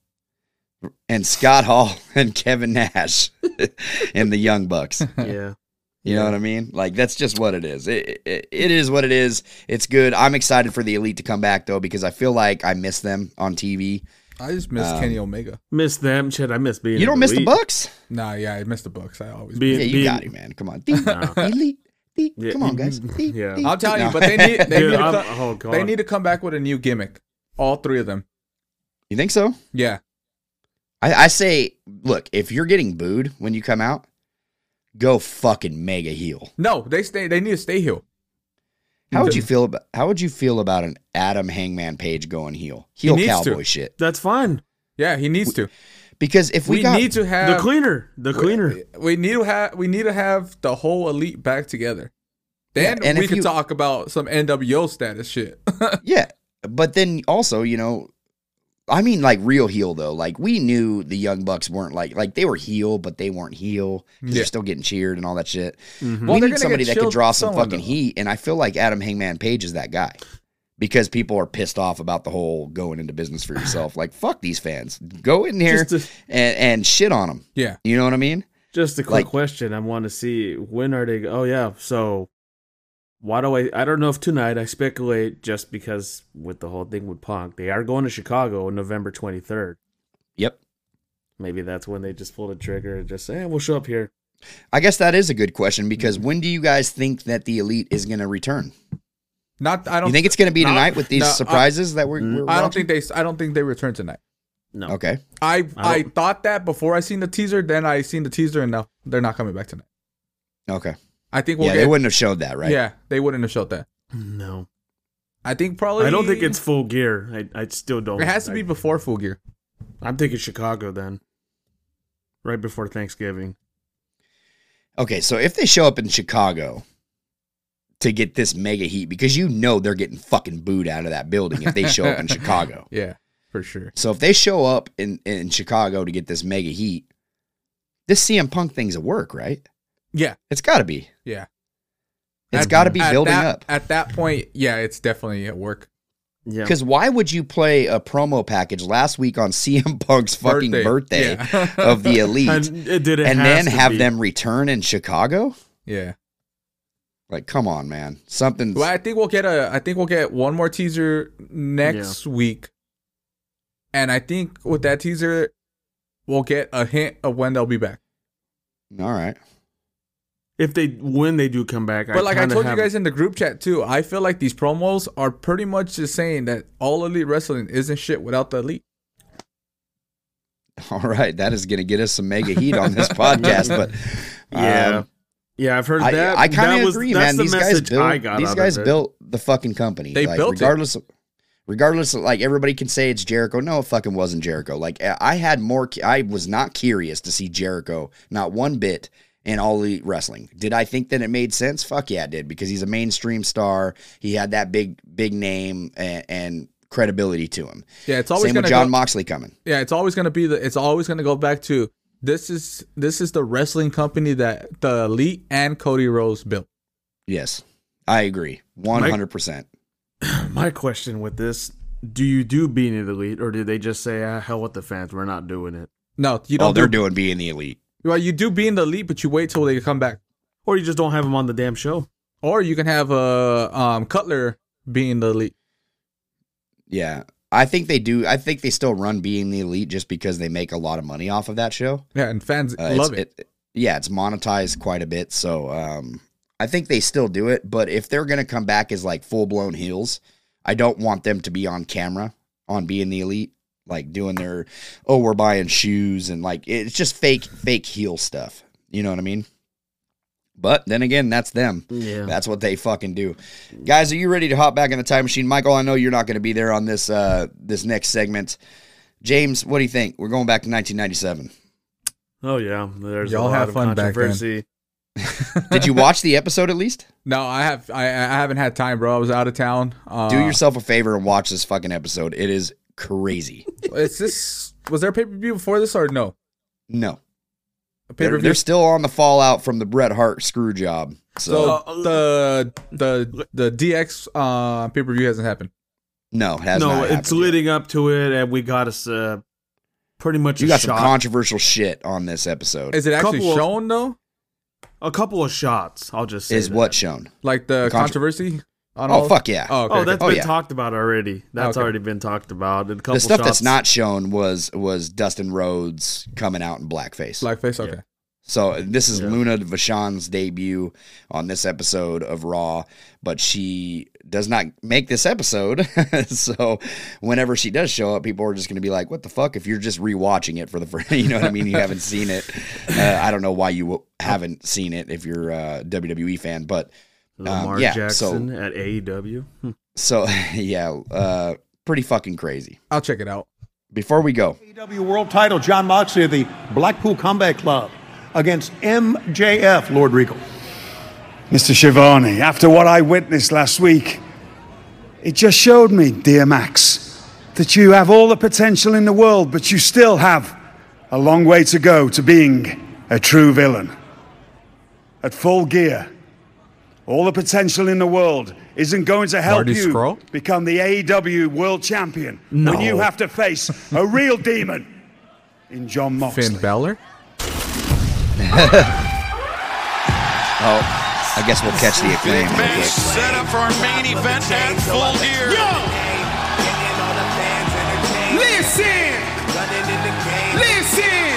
E: and Scott Hall and Kevin Nash and the Young Bucks.
G: yeah.
E: You know what I mean? Like that's just what it is. It, it it is what it is. It's good. I'm excited for the elite to come back though because I feel like I miss them on TV.
F: I just miss
E: Um,
F: Kenny Omega.
G: Miss them, shit. I miss being.
E: You don't miss the
G: elite.
E: Bucks?
F: Nah, yeah, I miss the Bucks. I always
E: Yeah,
G: Being,
E: you
G: being-
E: got it, man. Come on, Dee,
G: Nah.
E: elite. Dee.
G: Yeah,
E: Come on,
G: you-
E: guys. Dee,
G: yeah.
E: Dee,
F: I'm telling you,
E: No.
F: but they need they
G: Dude,
F: need, to
G: I'm-
F: come,
G: oh god.
F: they need to come back with a new gimmick. All three of them.
E: you think so?
F: Yeah.
E: I, I say, look, if you're getting booed when you come out, go fucking mega heel.
F: No, they stay. They need to stay heel.
E: How would you feel about How would you feel about an Adam Hangman Page going heel? Heel
F: needs to.
E: cowboy shit.
G: That's fine.
F: Yeah, he needs to.
E: Because if we,
F: we
E: got
F: need to have
G: Um, we-
F: We, need to have we need to have the whole elite back together. Then
E: Yeah, and
F: we
E: if
F: can
E: you-
F: talk about some NWO status shit.
E: yeah, but then also, you know, I mean, like real heel though. Like we knew the Young Bucks weren't like like they were heel, but they weren't heel. 'cause
F: Yeah.
E: They're still getting cheered and all that shit.
F: Mhm. Well,
E: We
F: they're
E: need
F: gonna
E: somebody
F: get
E: that could
F: chilled
E: draw some
F: somewhere,
E: fucking
F: though.
E: heat, and I feel like Adam Hangman Page is that guy because people are pissed off about the whole going into business for yourself. like fuck these fans, go in here
G: Just to-
E: and and shit on them.
F: Yeah,
E: you know what I mean.
G: Just a quick
E: Like-
G: question. I want to see when are they? Oh yeah. So why do I? I don't know if tonight. I speculate just because with the whole thing with Punk, they are going to Chicago on November twenty third.
E: Yep.
G: Maybe that's when they just pull the trigger and just say "Eh, we'll show up here.
E: I guess that is a good question because when do you guys think that the elite is going to return?
F: Not I don't
E: You think it's going to be
F: No,
E: tonight with these
F: no, I-
E: surprises that we're, we're
F: I don't
E: watching?
F: think they I don't think they return tonight.
G: No.
E: Okay.
F: I I,
E: I
F: thought that before I seen the teaser, then I seen the teaser and no, they're not coming back tonight.
E: Okay.
F: I think we'll
E: yeah,
F: get
E: they wouldn't have showed that, right?
F: Yeah, they wouldn't have showed that.
G: No.
F: I think probably
G: I don't think it's full gear. I, I still don't.
F: It has to
G: I-
F: be before full gear.
G: I'm thinking Chicago then, right before Thanksgiving.
E: Okay, so if they show up in Chicago to get this mega heat, because you know they're getting fucking booed out of that building if they show up in Chicago.
F: Yeah, for sure.
E: So if they show up in, in Chicago to get this mega heat, this CM Punk thing's a work, right?
F: Yeah.
E: It's got to be.
F: Yeah.
E: It's
F: At-
E: got to be
F: at
E: building
F: that-
E: up.
F: At that point, yeah, it's definitely at work.
G: Yeah.
E: Because why would you play a promo package last week on CM Punk's fucking birthday
F: Birthday. Yeah.
E: of the Elite
G: And it did- it
E: and then
G: has to
E: have
G: be.
E: them return in Chicago?
F: Yeah.
E: Like, come on, man. Something.
F: Well, I think we'll get a. I think we'll get one more teaser next week, and I think with that teaser, we'll get a hint of when they'll be back.
E: All right.
G: If they when they do come back,
F: But like I
G: kinda
F: told you
G: have-
F: guys in the group chat too, I feel like these promos are pretty much just saying that all elite wrestling isn't shit without the elite.
E: All right. That is going to get us some mega heat on this podcast. But
G: Yeah.
E: um,
G: Yeah, I've heard
E: I,
G: that.
E: I kind
G: That
E: of
G: was-
E: agree, man.
G: that's the
E: These guys
G: message
E: built.
G: I got
E: these
G: out
E: guys
G: of it.
E: built the fucking company.
G: They
E: like,
G: built it.
E: regardless. Of, regardless, of, like everybody can say it's Jericho. No, it fucking wasn't Jericho. Like I I had more. cu- I was not curious to see Jericho, not one bit. In all elite wrestling, did I think that it made sense? Fuck yeah, it did because he's a mainstream star. He had that big, big name and, and credibility to him.
F: Yeah, it's
E: same
F: always
E: with
F: gonna
E: John
F: go-
E: Moxley coming.
F: Yeah, it's always gonna be the. It's always gonna go back to this is this is the wrestling company that the elite and Cody Rhodes built.
E: Yes, I agree, one hundred percent.
G: My question with this: Do you do being an elite, or do they just say, ah, "Hell with the fans, we're not doing it"?
F: No, you don't.
E: Oh, they're
F: do,
E: doing being the elite.
F: Well, you do be in the elite, but you wait till they come back,
G: or you just don't have them on the damn show,
F: or you can have uh, um Cutler being the elite.
E: Yeah. I think they do. I think they still run being the elite just because they make a lot of money off of that show.
F: Yeah, and fans
E: Uh,
F: love
E: it's-
F: it.
E: Yeah, it's monetized quite a bit. So um, I think they still do it. But if they're going to come back as like full blown heels, I don't want them to be on camera on being the elite, like doing their, oh, we're buying shoes and like it's just fake, fake heel stuff. You know what I mean? But then again, that's them.
G: Yeah.
E: That's what they fucking do. Guys, are you ready to hop back in the time machine? Michael, I know you're not going to be there on this uh this next segment. James, what do you think? We're going back to 1997.
G: Oh yeah, there's
F: Y'all
G: a lot
F: have
G: of
F: fun back then.
G: controversy.
E: Did you watch the episode at least?
F: No, I have I, I haven't had time, bro. I was out of town. Uh,
E: Do yourself a favor and watch this fucking episode. It is crazy.
F: Uh, Is this was there pay per view before this or no?
E: No. They're,
F: Pay-per-view?
E: they're still on the fallout from the Bret Hart screw job. So,
F: So the the the DX uh, pay per view hasn't happened.
E: no, it has
G: no,
E: not
G: it's
E: happened.
G: leading up to it, and we got us uh, pretty much
E: You
G: a
E: got some
G: shot.
E: controversial shit on this episode.
F: Is it actually
G: Couple of-
F: shown though?
G: a couple of shots. I'll just say
E: Is
G: that.
E: what shown?
F: Like the
E: Contro-
F: controversy? On
E: Oh,
F: all-
E: fuck yeah.
F: Oh, okay,
G: oh, that's
F: okay.
G: been
E: yeah.
G: talked about already. That's
F: Okay.
G: already been talked about. And a couple
E: The stuff
G: shots.
E: that's not shown was was Dustin Rhodes coming out in blackface.
F: blackface. Okay.
E: So this is Luna Vachon's debut on this episode of Raw, but she does not make this episode. so whenever she does show up, people are just going to be like, "What the fuck?" If you're just rewatching it for the first, you know what I mean? You haven't seen it. Uh, I don't know why you w- haven't seen it if you're a WWE fan, but um,
G: uh, Lamar
E: yeah,
G: Jackson
E: so
G: at E AEW.
E: so yeah, uh, pretty fucking crazy.
F: I'll check it out.
E: Before we go,
I: AEW World Title, John Moxley of the Blackpool Combat Club against MJF, Lord Regal.
N: Mr. Shivani, after what I witnessed last week, it just showed me, dear Max, that you have all the potential in the world, but you still have a long way to go to being a true villain. At full gear, all the potential in the world isn't going to help
F: Marty
N: you
F: Scurll?
N: become the AEW world champion
F: No.
N: when you have to face a real demon in John Moxley.
F: Finn Balor.
E: oh, I guess we'll catch the acclaim.
H: Match set up for our main event at full gear.
O: Listen! Listen!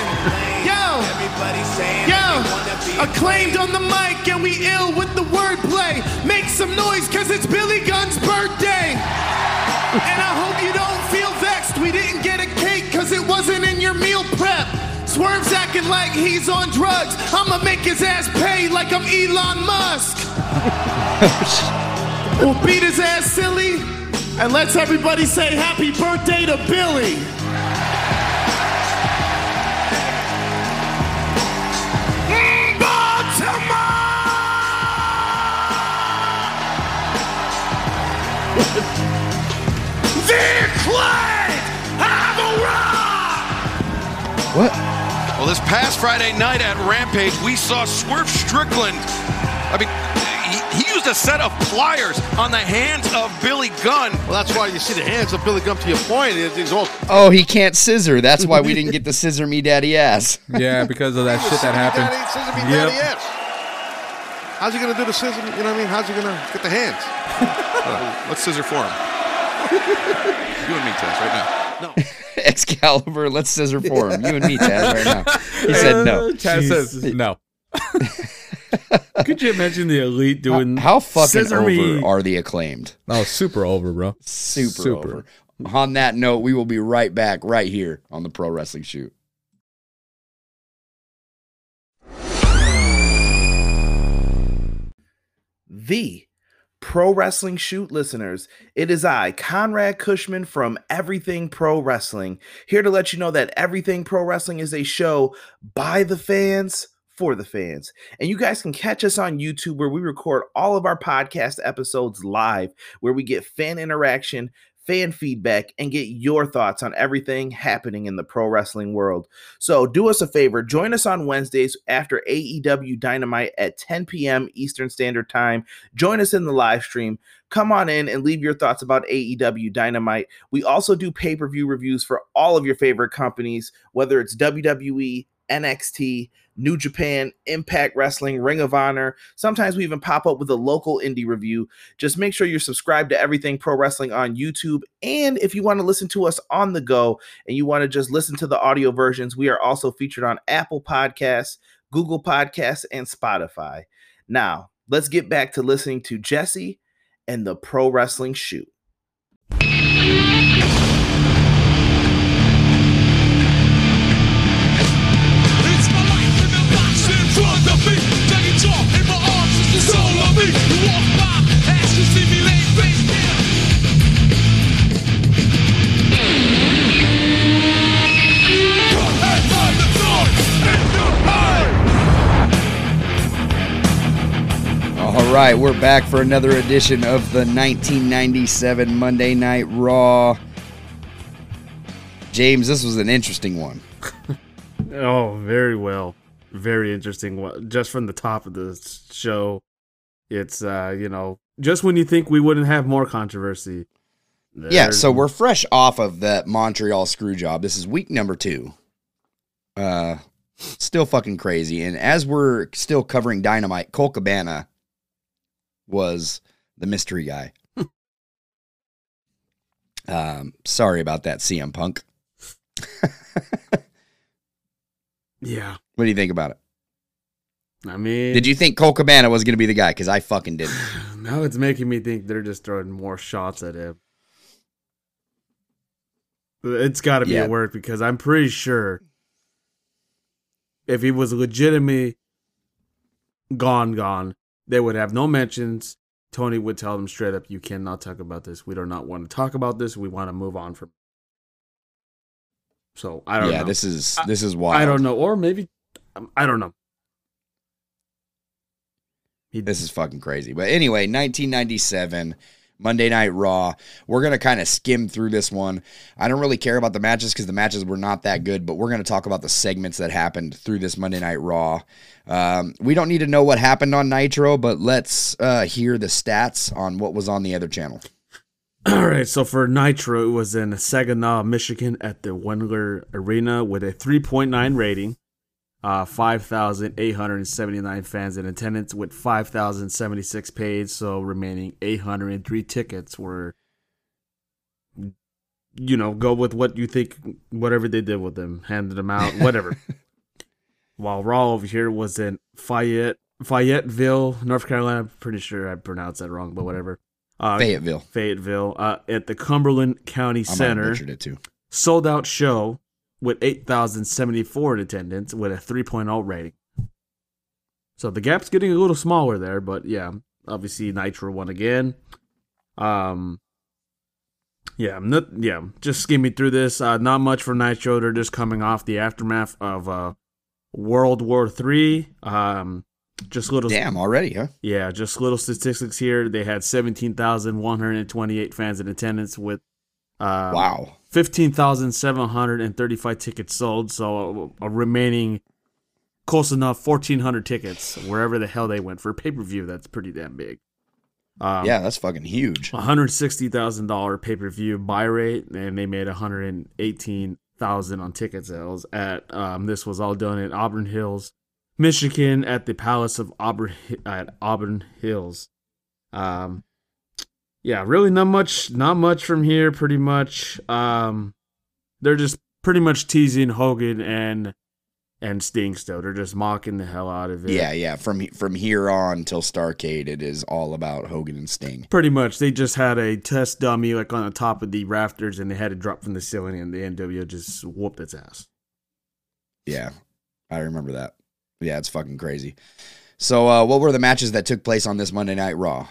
O: Yo! Yo! Acclaimed on the mic and we ill with the wordplay. Make some noise cause it's Billy Gunn's birthday. And I hope you don't feel vexed we didn't get a cake cause it wasn't in your meal prep. Swerve's acting like he's on drugs. I'ma make his ass pay like I'm Elon Musk. We'll beat his ass silly, and let's everybody say happy birthday to Billy.
E: What?
H: Well, this past Friday night at Rampage, we saw Swerve Strickland. I mean, he, he used a set of pliers on the hands of Billy Gunn. Well, that's why you see the hands of Billy Gunn. To your point, he's all
E: Oh, he can't scissor. That's why we didn't get the scissor me daddy ass.
F: Yeah, because of that shit that happened.
O: Daddy, scissor me
F: Yep.
O: daddy ass. How's he gonna do the scissor? You know what I mean? How's he gonna get the hands?
H: Let's scissor for him. You and me, Tess, right now.
E: Excalibur, let's scissor for him. You and me, Taz, right now. He said no.
F: Taz says no.
G: Could you imagine the elite doing
E: How fucking
G: scissor
E: over
G: me?
E: are the acclaimed?
F: Oh, super over, bro.
E: Super, over. On that note, we will be right back right here on the Pro Wrestling Shoot.
P: the Pro Wrestling Shoot listeners. It is I, Conrad Cushman from Everything Pro Wrestling, here to let you know that Everything Pro Wrestling is a show by the fans for the fans. And you guys can catch us on YouTube where we record all of our podcast episodes live, where we get fan interaction, fan feedback, and get your thoughts on everything happening in the pro wrestling world. So do us a favor, join us on Wednesdays after AEW Dynamite at 10 p.m. Eastern Standard Time. Join us in the live stream. Come on in and leave your thoughts about AEW Dynamite. We also do pay per view reviews for all of your favorite companies, whether it's E, WWE, NXT, New Japan, Impact Wrestling, Ring of Honor. Sometimes we even pop up with a local indie review. Just make sure you're subscribed to Everything Pro Wrestling on YouTube. And if you want to listen to us on the go and you want to just listen to the audio versions, we are also featured on Apple Podcasts, Google Podcasts, and Spotify. Now, let's get back to listening to Jesse and the Pro Wrestling Shoot.
O: It's my life in a box in front of me. Taking off in my arms is the soul of me. You walk by, ask to see me laid face down. Your head by the door, in your eye.
E: All right, we're back for another edition of the 1997 Monday Night Raw. James, this was an interesting one.
G: Oh, very well. Very interesting. What- Just from the top of the show, it's uh, you know, just when you think we wouldn't have more controversy.
E: Yeah,
G: there's-
E: so we're fresh off of that Montreal screw job. This is week number two. Uh still fucking crazy. And as we're still covering dynamite, Cole Cabana was the mystery guy. um, sorry about that, CM Punk.
G: yeah.
E: What do you think about it?
G: I mean,
E: Did you think Cole Cabana was gonna be the guy? Because I fucking didn't.
G: Now it's making me think they're just throwing more shots at him. It's got to be
E: Yeah.
G: a work because I'm pretty sure if he was legitimately gone, gone, they would have no mentions. Tony would tell them straight up, "You cannot talk about this. We do not want to talk about this. We want to move on from." So I don't.
E: Yeah,
G: know.
E: this is-
G: I-
E: this is wild.
G: I don't know, or maybe um, I don't know.
E: This is fucking crazy. But anyway, 1997, Monday Night Raw. We're going to kind of skim through this one. I don't really care about the matches because the matches were not that good, but we're going to talk about the segments that happened through this Monday Night Raw. Um, we don't need to know what happened on Nitro, but let's uh, hear the stats on what was on the other channel.
G: All right, so for Nitro, it was in Saginaw, Michigan, at the Wendler Arena with a 3.9 rating, uh, 5,879 fans in attendance with 5,076 paid. So remaining 803 tickets were, you know, go with what you think, whatever they did with them, handed them out, whatever. While Raw over here was in Fayette, Fayetteville, North Carolina. I'm pretty sure I pronounced that wrong, but whatever. Uh,
E: Fayetteville.
G: Fayetteville, uh, at the Cumberland County
E: have
G: Center.
E: butchered it too.
G: Sold out show with 8,074 in attendance with a 3.0 rating. So the gap's getting a little smaller there, but yeah, obviously Nitro won again. Um, yeah, I'm not, yeah, just skimming through this. Uh, not much for Nitro. They're just coming off the aftermath of uh, World War Three. Um, just little
E: Damn, already, huh?
G: Yeah, just little statistics here. They had seventeen thousand one hundred twenty-eight fans in attendance with. Um,
E: Wow.
G: Fifteen thousand seven hundred and thirty-five tickets sold, so a, a remaining close enough fourteen hundred tickets wherever the hell they went for pay per view. That's pretty damn big. Um,
E: yeah, that's fucking huge.
G: One hundred sixty thousand dollar pay per view buy rate, and they made one hundred and eighteen thousand on ticket sales. At um, this was all done in Auburn Hills, Michigan, at the Palace of Auburn at Auburn Hills. Um, yeah, really not much, not much from here. Pretty much, um, they're just pretty much teasing Hogan and and Sting. Still, they're just mocking the hell out of it.
E: Yeah, yeah. From from here on till Starcade, it is all about Hogan and Sting.
G: Pretty much, they just had a test dummy like on the top of the rafters, and they had it drop from the ceiling, and the NWO just whooped its ass.
E: Yeah, I remember that. Yeah, it's fucking crazy. So, uh, what were the matches that took place on this Monday Night Raw?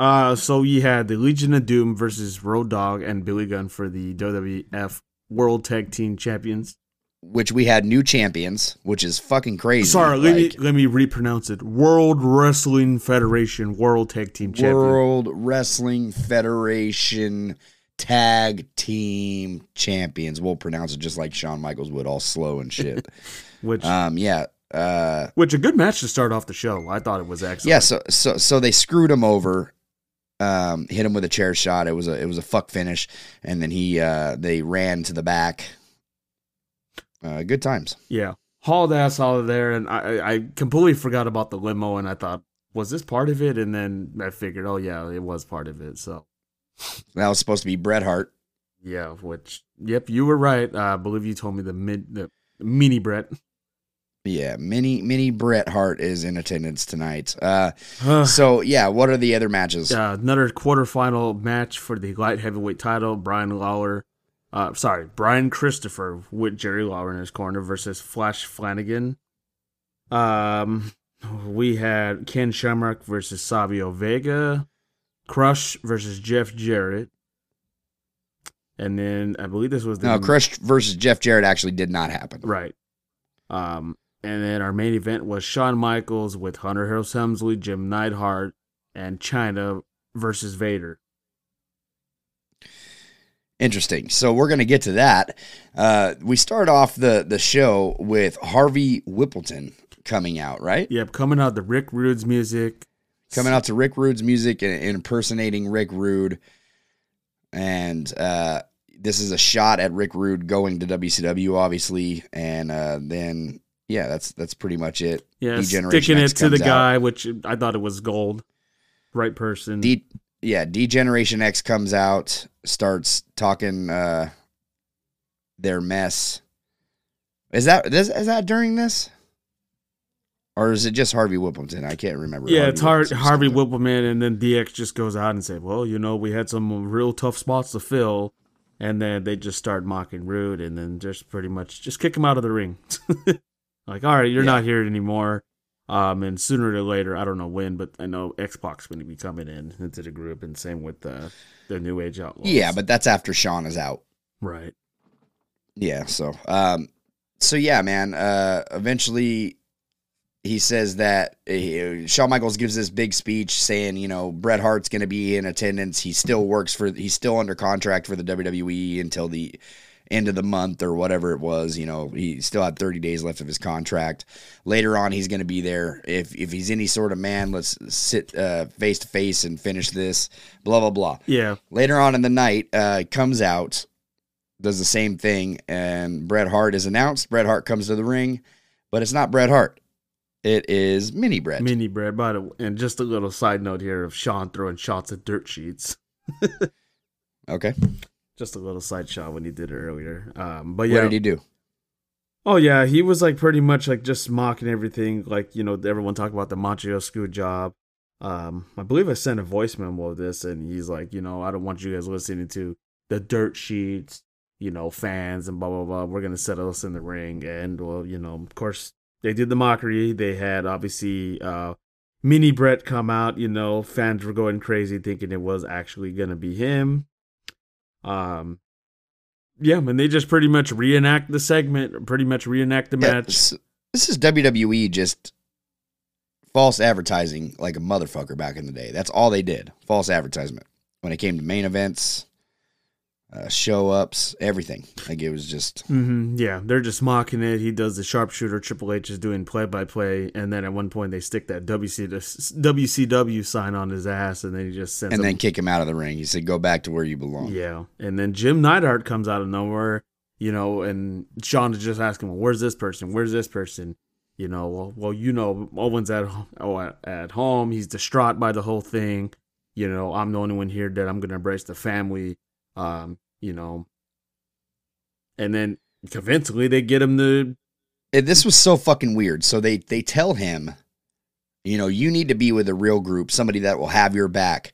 G: Uh, so you had the Legion of Doom versus Road Dog and Billy Gunn for the WWF World Tag Team Champions.
E: Which we had new champions, which is fucking crazy.
G: Sorry, let
E: Like,
G: me let me repronounce it. World Wrestling Federation World Tag Team Champion.
E: World Wrestling Federation Tag Team Champions. We'll pronounce it just like Shawn Michaels would, all slow and shit.
G: Which,
E: um, yeah, uh,
G: which a good match to start off the show. I thought it was excellent.
E: Yeah, so so so they screwed him over, um, hit him with a chair shot. It was a it was a fuck finish, and then he uh, they ran to the back. Uh, good times.
G: Yeah, hauled ass out of there, and I I- I completely forgot about the limo, and I thought was this part of it, and then I figured, oh yeah, it was part of it. So
E: That was supposed to be Bret Hart.
G: yeah, which yep, you were right. I believe you told me the mid the mini Brett.
E: Yeah, mini mini Bret Hart is in attendance tonight. Uh, so yeah, what are the other matches?
G: Uh, another quarterfinal match for the light heavyweight title. Brian Lawler, uh, sorry, Brian Christopher with Jerry Lawler in his corner versus Flash Flanagan. Um, we had Ken Shamrock versus Savio Vega, Crush versus Jeff Jarrett, and then I believe this was the
E: No, Crush versus Jeff Jarrett actually did not happen.
G: Right. Um, and then our main event was Shawn Michaels with Hunter Hearst Hemsley, Jim Neidhart, and China versus Vader.
E: Interesting. So we're going to get to that. Uh, we start off the the show with Harvey Whippleton coming out, right?
G: Yep, coming out the Rick Rude's music.
E: Coming out to Rick Rude's music and impersonating Rick Rude. And uh, this is a shot at Rick Rude going to WCW, obviously. And uh, then, yeah, that's that's pretty much it.
G: Yeah,
E: D-Generation
G: sticking it
E: X
G: to the
E: comes out.
G: guy, which I thought it was gold. Right person.
E: D yeah, D Generation X comes out, starts talking uh their mess. Is that is, is that during this? Or is it just Harvey Whippleton? I can't remember.
G: yeah, it's Har-
E: Harvey Whippleton.
G: Harvey Whippleman, and then DX just goes out and say, "Well, you know, we had some real tough spots to fill," and then they just start mocking Rude, and then just pretty much just kick him out of the ring. like, all right, you're not here anymore. Um, and sooner or later, I don't know when, but I know Xbox going to be coming in into the group, and same with the the New Age Outlaws.
E: Yeah, but that's after Sean is out.
G: right.
E: Yeah. So, um, so yeah, man. Uh, eventually, he says that uh, Shawn Michaels gives this big speech saying, you know, Bret Hart's going to be in attendance. He still works for. He's still under contract for the WWE until the end of the month or whatever it was. You know, he still had 30 days left of his contract. Later on, he's going to be there. If if he's any sort of man, let's sit uh, face to face and finish this. Blah blah blah.
G: Yeah.
E: Later on in the night, uh, comes out, does the same thing, and Bret Hart is announced. Bret Hart comes to the ring, but it's not Bret Hart. It is Mini Bret.
G: Mini bread, by the way. And just a little side note here of Sean throwing shots at dirt sheets.
E: okay.
G: Just a little side shot when he did it earlier. Um, but
E: What
G: yeah.
E: did he do?
G: Oh yeah, he was like pretty much like just mocking everything. Like you know, everyone talked about the Montreal screw job. Um, I believe I sent a voice memo of this, and he's like, you know, I don't want you guys listening to the dirt sheets, you know, fans and blah blah blah. We're gonna settle us in the ring, and well, you know, of course they did the mockery. They had obviously uh, Mini Brett come out. You know, fans were going crazy thinking it was actually gonna be him. Um, yeah, and they just pretty much reenact the segment, pretty much reenact the
E: Yeah,
G: match.
E: This is WWE just false advertising like a motherfucker back in the day. That's all they did. False advertisement. When it came to main events, uh, show ups, everything. Like it was just
G: hmm Yeah, they're just mocking it. He does the sharpshooter. Triple H is doing play by play, and then at one point they stick that WC WCW sign on his ass, and then he just sends.
E: and
G: him-
E: then kick him out of the ring. He said, "Go back to where you belong."
G: yeah, and then Jim Neidhart comes out of nowhere, you know, and Sean is just asking, "Well, where's this person? Where's this person?" You know, well, well, you know, Owen's at ho- oh, at- at home. He's distraught by the whole thing. You know, I'm the only one here that I'm gonna embrace the family. Um, you know, and then convincingly they get him to
E: And this was so fucking weird. So they they tell him, you know, you need to be with a real group, somebody that will have your back.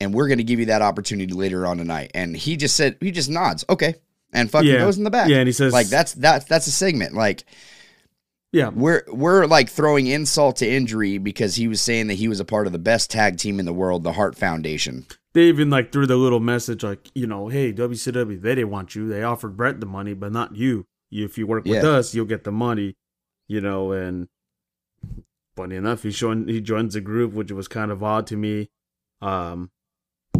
E: And we're going to give you that opportunity later on tonight. And he just said, he just nods, okay, and fucking
G: Yeah.
E: goes in the back.
G: Yeah, and he says-
E: like that's that's that's a segment. Like,
G: yeah,
E: we're we're like throwing insult to injury because he was saying that he was a part of the best tag team in the world, the Hart Foundation.
G: they even like threw the little message like you know hey WCW they didn't want you they offered Brett the money but not you You- if you work with
E: Yeah.
G: us you'll get the money you know and funny enough he joined he joins the group which was kind of odd to me um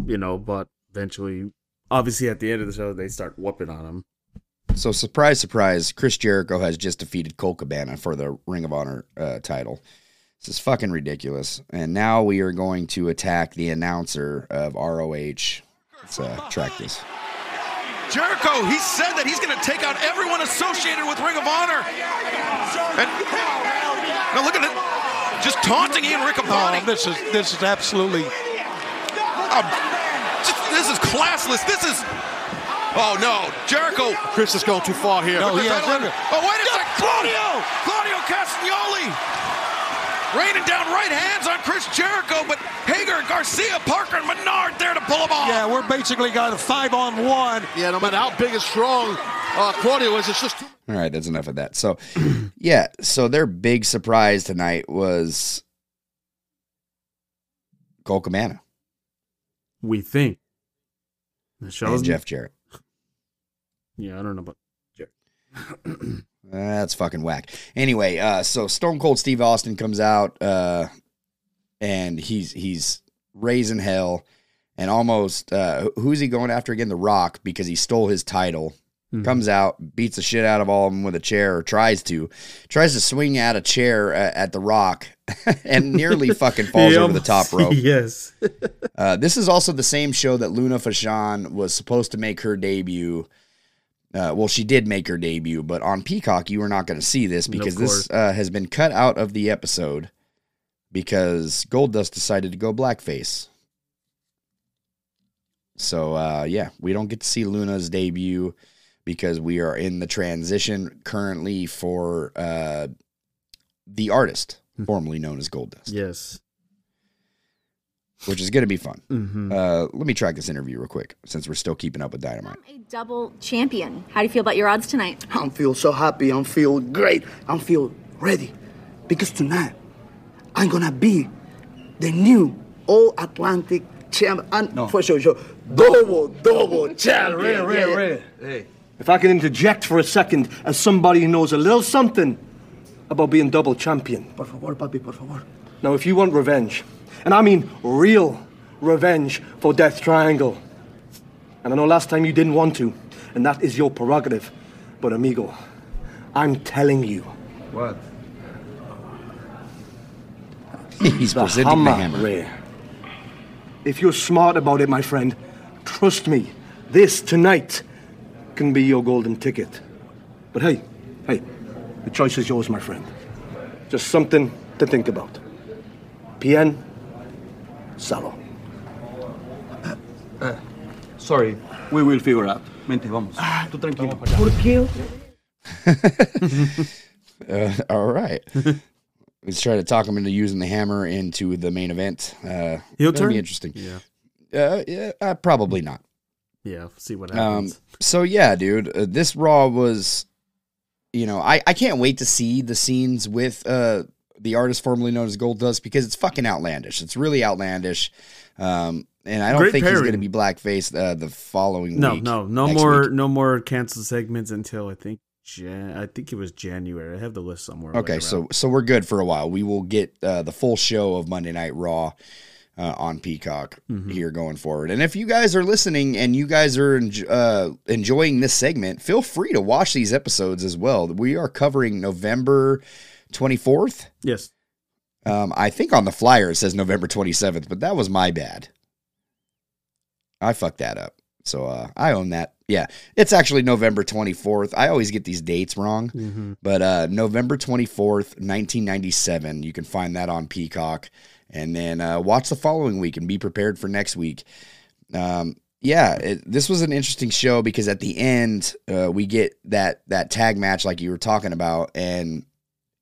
G: you know but eventually obviously at the end of the show they start whooping on him
E: So surprise, surprise, Chris Jericho has just defeated Cole Cabana for the Ring of Honor uh, title. This is fucking ridiculous. And now we are going to attack the announcer of ROH. Let's uh, track this.
H: Jericho, he said that he's going to take out everyone associated with Ring of Honor. And now look at it, just taunting Ian Riccaboni.
I: Oh, this is this is absolutely
H: Um, just- this is classless. This is. Oh no, Jericho. Chris is going too far here.
I: No, he has it.
H: Oh wait a second, Claudio, Claudio Castagnoli, raining down right hands on Chris Jericho, but Hager, Garcia, Parker, and Menard there to pull him off.
I: yeah. We're basically got a five on one.
Q: Yeah, no matter how big and strong uh, Claudio is, it's just too
E: All right, that's enough of that. So, yeah, so their big surprise tonight was Cole Cabana
G: we think the show's
E: and Jeff Jarrett.
G: yeah I don't know but
E: That's fucking whack. Anyway, uh, so Stone Cold Steve Austin comes out, uh, and he's he's raising hell, and almost uh, who's he going after again? The Rock because he stole his title.
G: Mhm.
E: Comes out, beats the shit out of all of them with a chair, or tries to, tries to swing at a chair uh, at the Rock, and nearly fucking falls
G: He
E: over the top
G: almost-
E: rope.
G: yes
E: Uh, this is also the same show that Luna Fashan was supposed to make her debut. Uh, well, she did make her debut, but on Peacock, you are not going to see this
G: Of
E: because
G: course.
E: this uh, has been cut out of the episode because Goldust decided to go blackface. So, uh, yeah, we don't get to see Luna's debut because we are in the transition currently for uh, the artist,
G: Hmm.
E: formerly known as Goldust,
G: yes
E: which is going to be fun.
G: Mhm.
E: Uh, let me track this interview real quick since we're still keeping up with Dynamite.
R: a double champion. How do you feel about your odds tonight?
S: I'm feel so happy. I'm feel great. I'm feel ready because tonight I'm gonna be the new All Atlantic champ. And for sure, sure, double, double champion. Yeah,
I: Ready, ready,
S: yeah.
I: ready.
S: Hey.
T: If I can interject for a second as somebody who knows a little something about being double champion.
S: Por favor, papi, por favor.
T: Now, if you want revenge, and I mean real revenge for Death Triangle, and I know last time you didn't want to, and that is your prerogative, but amigo, I'm telling you.
F: What?
E: He's presenting
T: hammer
E: the hammer.
T: Ray. If you're smart about it, my friend, trust me, this tonight can be your golden ticket. But hey, hey, the choice is yours, my friend. Just something to think about. Pien, Salo.
C: Sorry, we will figure out. Mente, vamos. Tú tranquilo.
S: ¿Por qué?
E: Uh, all right. Let's try to talk him into using the hammer into the main event. Uh,
G: Heel
E: that'll
G: turn?
E: be interesting.
G: Yeah.
E: Uh, yeah, uh, probably not.
G: Yeah, see what
E: Um,
G: happens.
E: so yeah, dude, uh, this Raw was, you know, I, I can't wait to see the scenes with uh the artist formerly known as Gold Dust because it's fucking outlandish. It's really outlandish, um, and I don't
G: Great
E: think he's
G: pairing.
E: gonna be blackface uh, the following
G: no,
E: week.
G: no, no
E: next
G: more,
E: week.
G: no more canceled segments until I think Jan- I think it was January. I have the list somewhere.
E: Okay, so so we're good for a while. We will get uh, the full show of Monday Night Raw uh, on Peacock here going forward. And if you guys are listening and you guys are enj- uh, enjoying this segment, feel free to watch these episodes as well. We are covering November twenty fourth.
G: Yes.
E: Um, I think on the flyer it says November 27th, but that was my bad. I fucked that up. So uh, I own that. Yeah, it's actually November 24th. I always get these dates wrong,
G: Mhm.
E: but uh, November 24th, 1997. You can find that on Peacock. And then uh, watch the following week and be prepared for next week. Um, yeah, it, this was an interesting show because at the end uh, we get that that tag match like you were talking about, and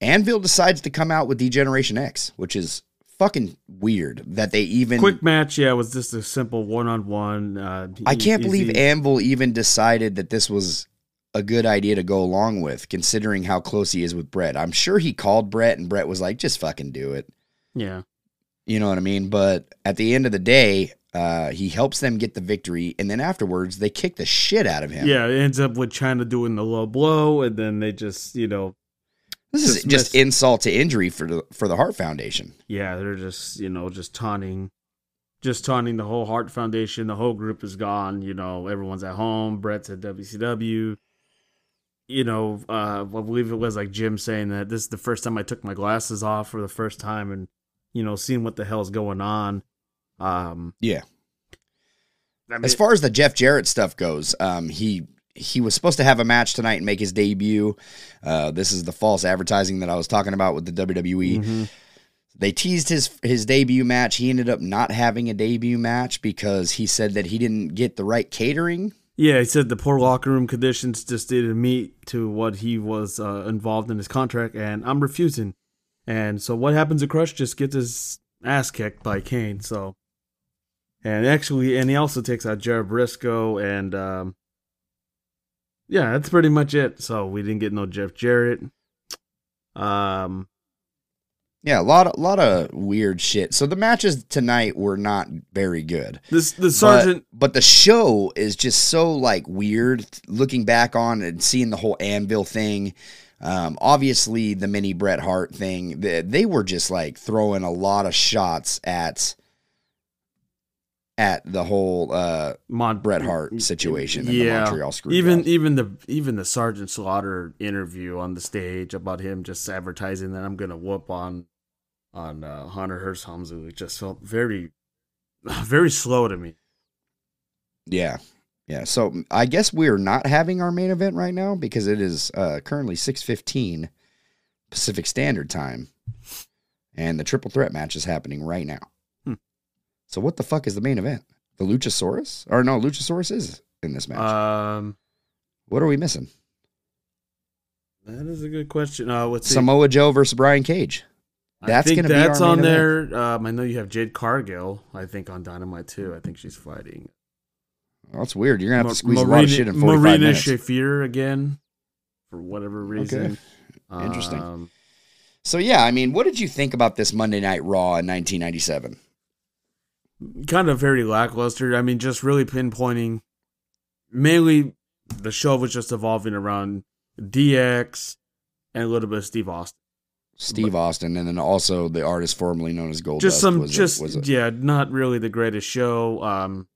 E: Anvil decides to come out with Degeneration X, which is fucking weird that they even.
G: quick match. Yeah, it was just a simple uh, e-, one on one.
E: I can't believe Anvil even decided that this was a good idea to go along with, considering how close he is with Brett. I'm sure he called Brett, and Brett was like, "Just fucking do it."
G: Yeah.
E: You know what I mean? But at the end of the day, uh, he helps them get the victory, and then afterwards, they kick the shit out of him.
G: Yeah, it ends up with China doing the low blow, and then they just, you know,
E: This is
G: dismiss-
E: just insult to injury for the for the Heart Foundation.
G: yeah, they're just, you know, just taunting, just taunting the whole Heart Foundation. The whole group is gone. You know, everyone's at home. Brett's at WCW. You know, uh, I believe it was like Jim saying that this is the first time I took my glasses off for the first time, and you know, seeing what the hell's going on. Um,
E: Yeah.
G: I mean-
E: as far as the Jeff Jarrett stuff goes, um, he he was supposed to have a match tonight and make his debut. Uh, this is the false advertising that I was talking about with the WWE. They teased his his debut match. He ended up not having a debut match because he said that he didn't get the right catering.
G: Yeah, he said the poor locker room conditions just didn't meet to what he was uh, involved in his contract, and I'm refusing. And so what happens to Crush just gets his ass kicked by Kane. So, and actually, and he also takes out Jared Briscoe, and um, yeah, that's pretty much it. So we didn't get no Jeff Jarrett. Um,
E: Yeah, a lot a lot of weird shit. So the matches tonight were not very good.
G: This the
E: But-
G: sergeant-
E: but, the show is just so like weird. Looking back on and seeing the whole Anvil thing, um, obviously the mini Bret Hart thing, they, they were just like throwing a lot of shots at at the whole uh, Bret Hart situation and the Montreal Screwjob.
G: Even even the even the Sergeant Slaughter interview on the stage about him just advertising that I'm gonna whoop on on uh, Hunter Hearst Hamzu. It just felt very very slow to me.
E: Yeah. Yeah. So I guess we're not having our main event right now because it is uh, currently 6:15 Pacific Standard Time and the triple threat match is happening right now.
G: Hmm.
E: So what the fuck is the main event? The Luchasaurus? Or no, Luchasaurus is in this match.
G: Um
E: what are we missing?
G: that is a good question. Uh what's
E: Samoa Joe versus Brian Cage. That's
G: I think
E: going to be
G: that's
E: our main
G: on
E: event.
G: there. Um, I know you have Jade Cargill. I think on Dynamite too. I think she's fighting.
E: Well, that's weird. You're going to have
G: Ma-
E: to squeeze a lot of
G: Marina-
E: shit in 45
G: Marina
E: minutes.
G: Shafir again, for whatever reason.
E: Interesting.
G: Um,
E: so yeah, I mean, what did you think about this Monday Night Raw in 1997?
G: kind of very lackluster. I mean, just really pinpointing mainly the show was just evolving around DX and a little bit of Steve Austin.
E: Steve Austin, and then also the artist formerly known as Gold.
G: just
E: Dust
G: some,
E: was a-
G: just
E: was a-
G: yeah, not really the greatest show. Um,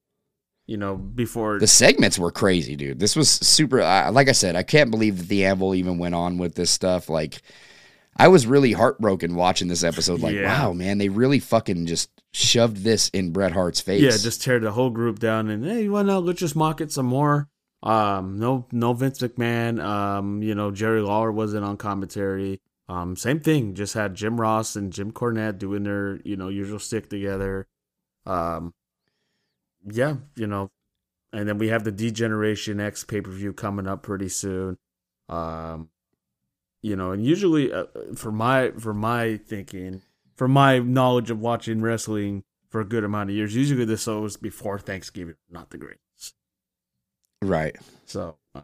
G: you know, before
E: the segments were crazy, dude. This was super. I like I said, I can't believe that the Anvil even went on with this stuff. Like, I was really heartbroken watching this episode. Like,
G: Yeah.
E: wow, man, they really fucking just shoved this in Bret Hart's face.
G: Yeah, just tear the whole group down and hey, why not? Let's just mock it some more. Um, no, no Vince McMahon. Um, you know Jerry Lawler wasn't on commentary. Um, same thing. Just had Jim Ross and Jim Cornette doing their you know usual stick together. Um, yeah, you know, and then we have the Degeneration X pay per view coming up pretty soon. Um, you know, and usually uh, for my for my thinking, for my knowledge of watching wrestling for a good amount of years, usually the shows before Thanksgiving, are not the greatest.
E: right.
G: So, uh,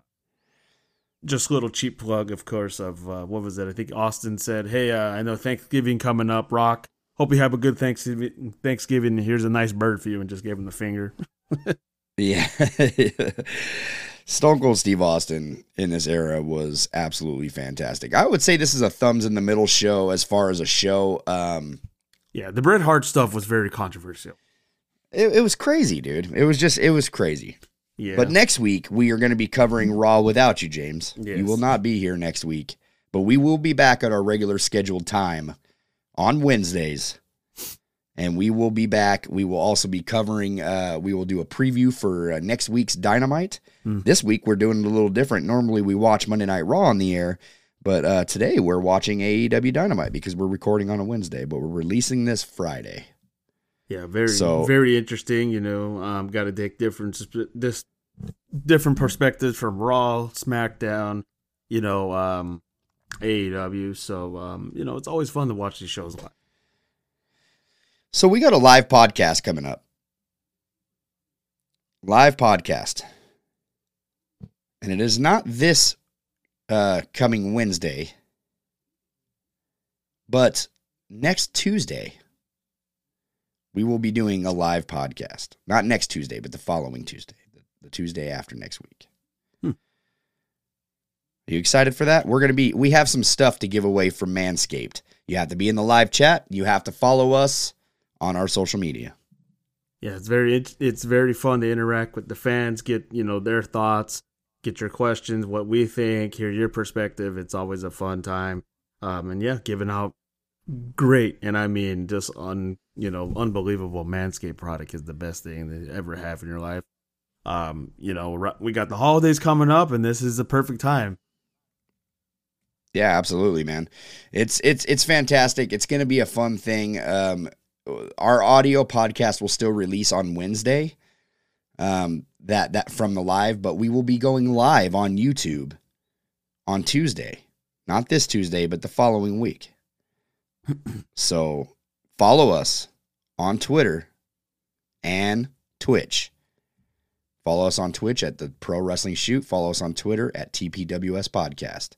G: just a little cheap plug, of course, of uh, what was it? I think Austin said, "Hey, uh, I know Thanksgiving coming up. Rock. Hope you have a good Thanksgiving. Thanksgiving. Here's a nice bird for you," and just gave him the finger.
E: Yeah. Stone Cold Steve Austin in this era was absolutely fantastic. I would say this is a thumbs in the middle show as far as a show. Um,
G: yeah, the Bret Hart stuff was very controversial.
E: It, it was crazy, dude. It was just, it was crazy.
G: Yeah.
E: But next week, we are going to be covering Raw without you, James.
G: Yes.
E: You will not be here next week, but we will be back at our regular scheduled time on Wednesdays. And we will be back. We will also be covering, uh, we will do a preview for uh, next week's Dynamite.
G: Mm.
E: This week, we're doing it a little different. Normally, we watch Monday Night Raw on the air, but uh, today we're watching AEW Dynamite because we're recording on a Wednesday, but we're releasing this Friday.
G: Yeah, very
E: So-
G: very interesting. You know, um, got to take different this different perspectives from Raw, SmackDown, you know, um, AEW. So um, you know, it's always fun to watch these shows live.
E: So we got a live podcast coming up. Live podcast. And it is not this uh, coming Wednesday, but next Tuesday, we will be doing a live podcast. Not next Tuesday, but the following Tuesday, the, the Tuesday after next week. Are you excited for that? We're going to be, we have some stuff to give away from Manscaped. You have to be in the live chat, you have to follow us on our social media.
G: Yeah, it's very it, it's very fun to interact with the fans, get you know their thoughts, get your questions, what we think, hear your perspective. It's always a fun time, um, and yeah, giving out great and I mean just un you know unbelievable Manscaped product is the best thing that you ever have in your life. Um, you know ri- we got the holidays coming up, and this is the perfect time.
E: Yeah, absolutely, man. It's it's it's fantastic. It's going to be a fun thing. Um, our audio podcast will still release on Wednesday. Um, that that from the live, but we will be going live on YouTube on Tuesday, not this Tuesday, but the following week. so follow us on Twitter and Twitch. Follow us on Twitch at the Pro Wrestling Shoot. Follow us on Twitter at TPWS Podcast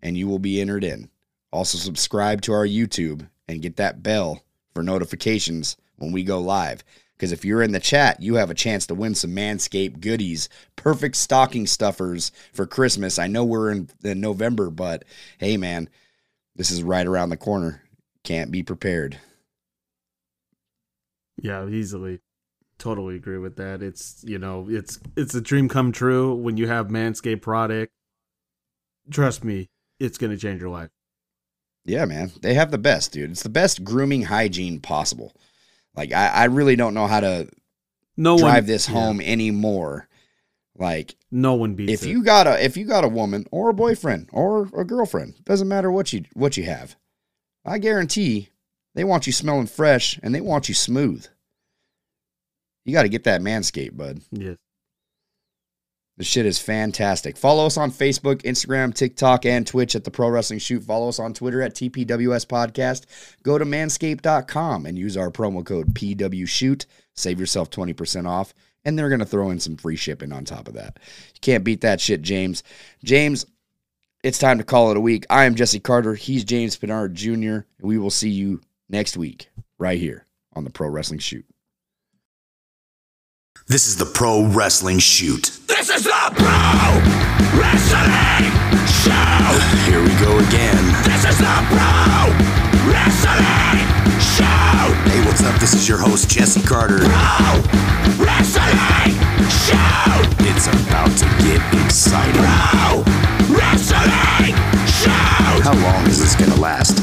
E: and you will be entered in. Also, subscribe to our YouTube and get that bell for notifications when we go live. Because if you're in the chat, you have a chance to win some Manscaped goodies, perfect stocking stuffers for Christmas. I know we're in, in November, but hey, man, this is right around the corner. Can't be prepared.
G: Yeah, easily. Totally agree with that. It's you know, it's it's a dream come true when you have Manscaped product. Trust me, it's gonna change your life.
E: Yeah, man. They have the best, dude. It's the best grooming hygiene possible. Like I, I really don't know how to
G: No one-
E: drive this
G: yeah.
E: home anymore. Like
G: no one beats
E: if
G: it.
E: you got a if you got a woman or a boyfriend or a girlfriend, doesn't matter what you what you have. I guarantee they want you smelling fresh and they want you smooth. You got to get that manscaped, bud.
G: Yes.
E: The shit is fantastic. Follow us on Facebook, Instagram, TikTok, and Twitch at the Pro Wrestling Shoot. Follow us on Twitter at TPWS Podcast. Go to manscaped.com and use our promo code PWShoot. Save yourself 20% off. And they're going to throw in some free shipping on top of that. You can't beat that shit, James. James, it's time to call it a week. I am Jesse Carter. He's James Pinard Jr. We will see you next week right here on the Pro Wrestling Shoot.
D: This is the Pro Wrestling Shoot.
L: This is the Pro Wrestling Show.
B: Here we go again.
L: This is the Pro Wrestling Show.
B: Hey, what's up? This is your host, Jesse Carter.
L: Pro Wrestling Show.
B: It's about to get exciting.
L: Pro Wrestling Show.
B: How long is this gonna last?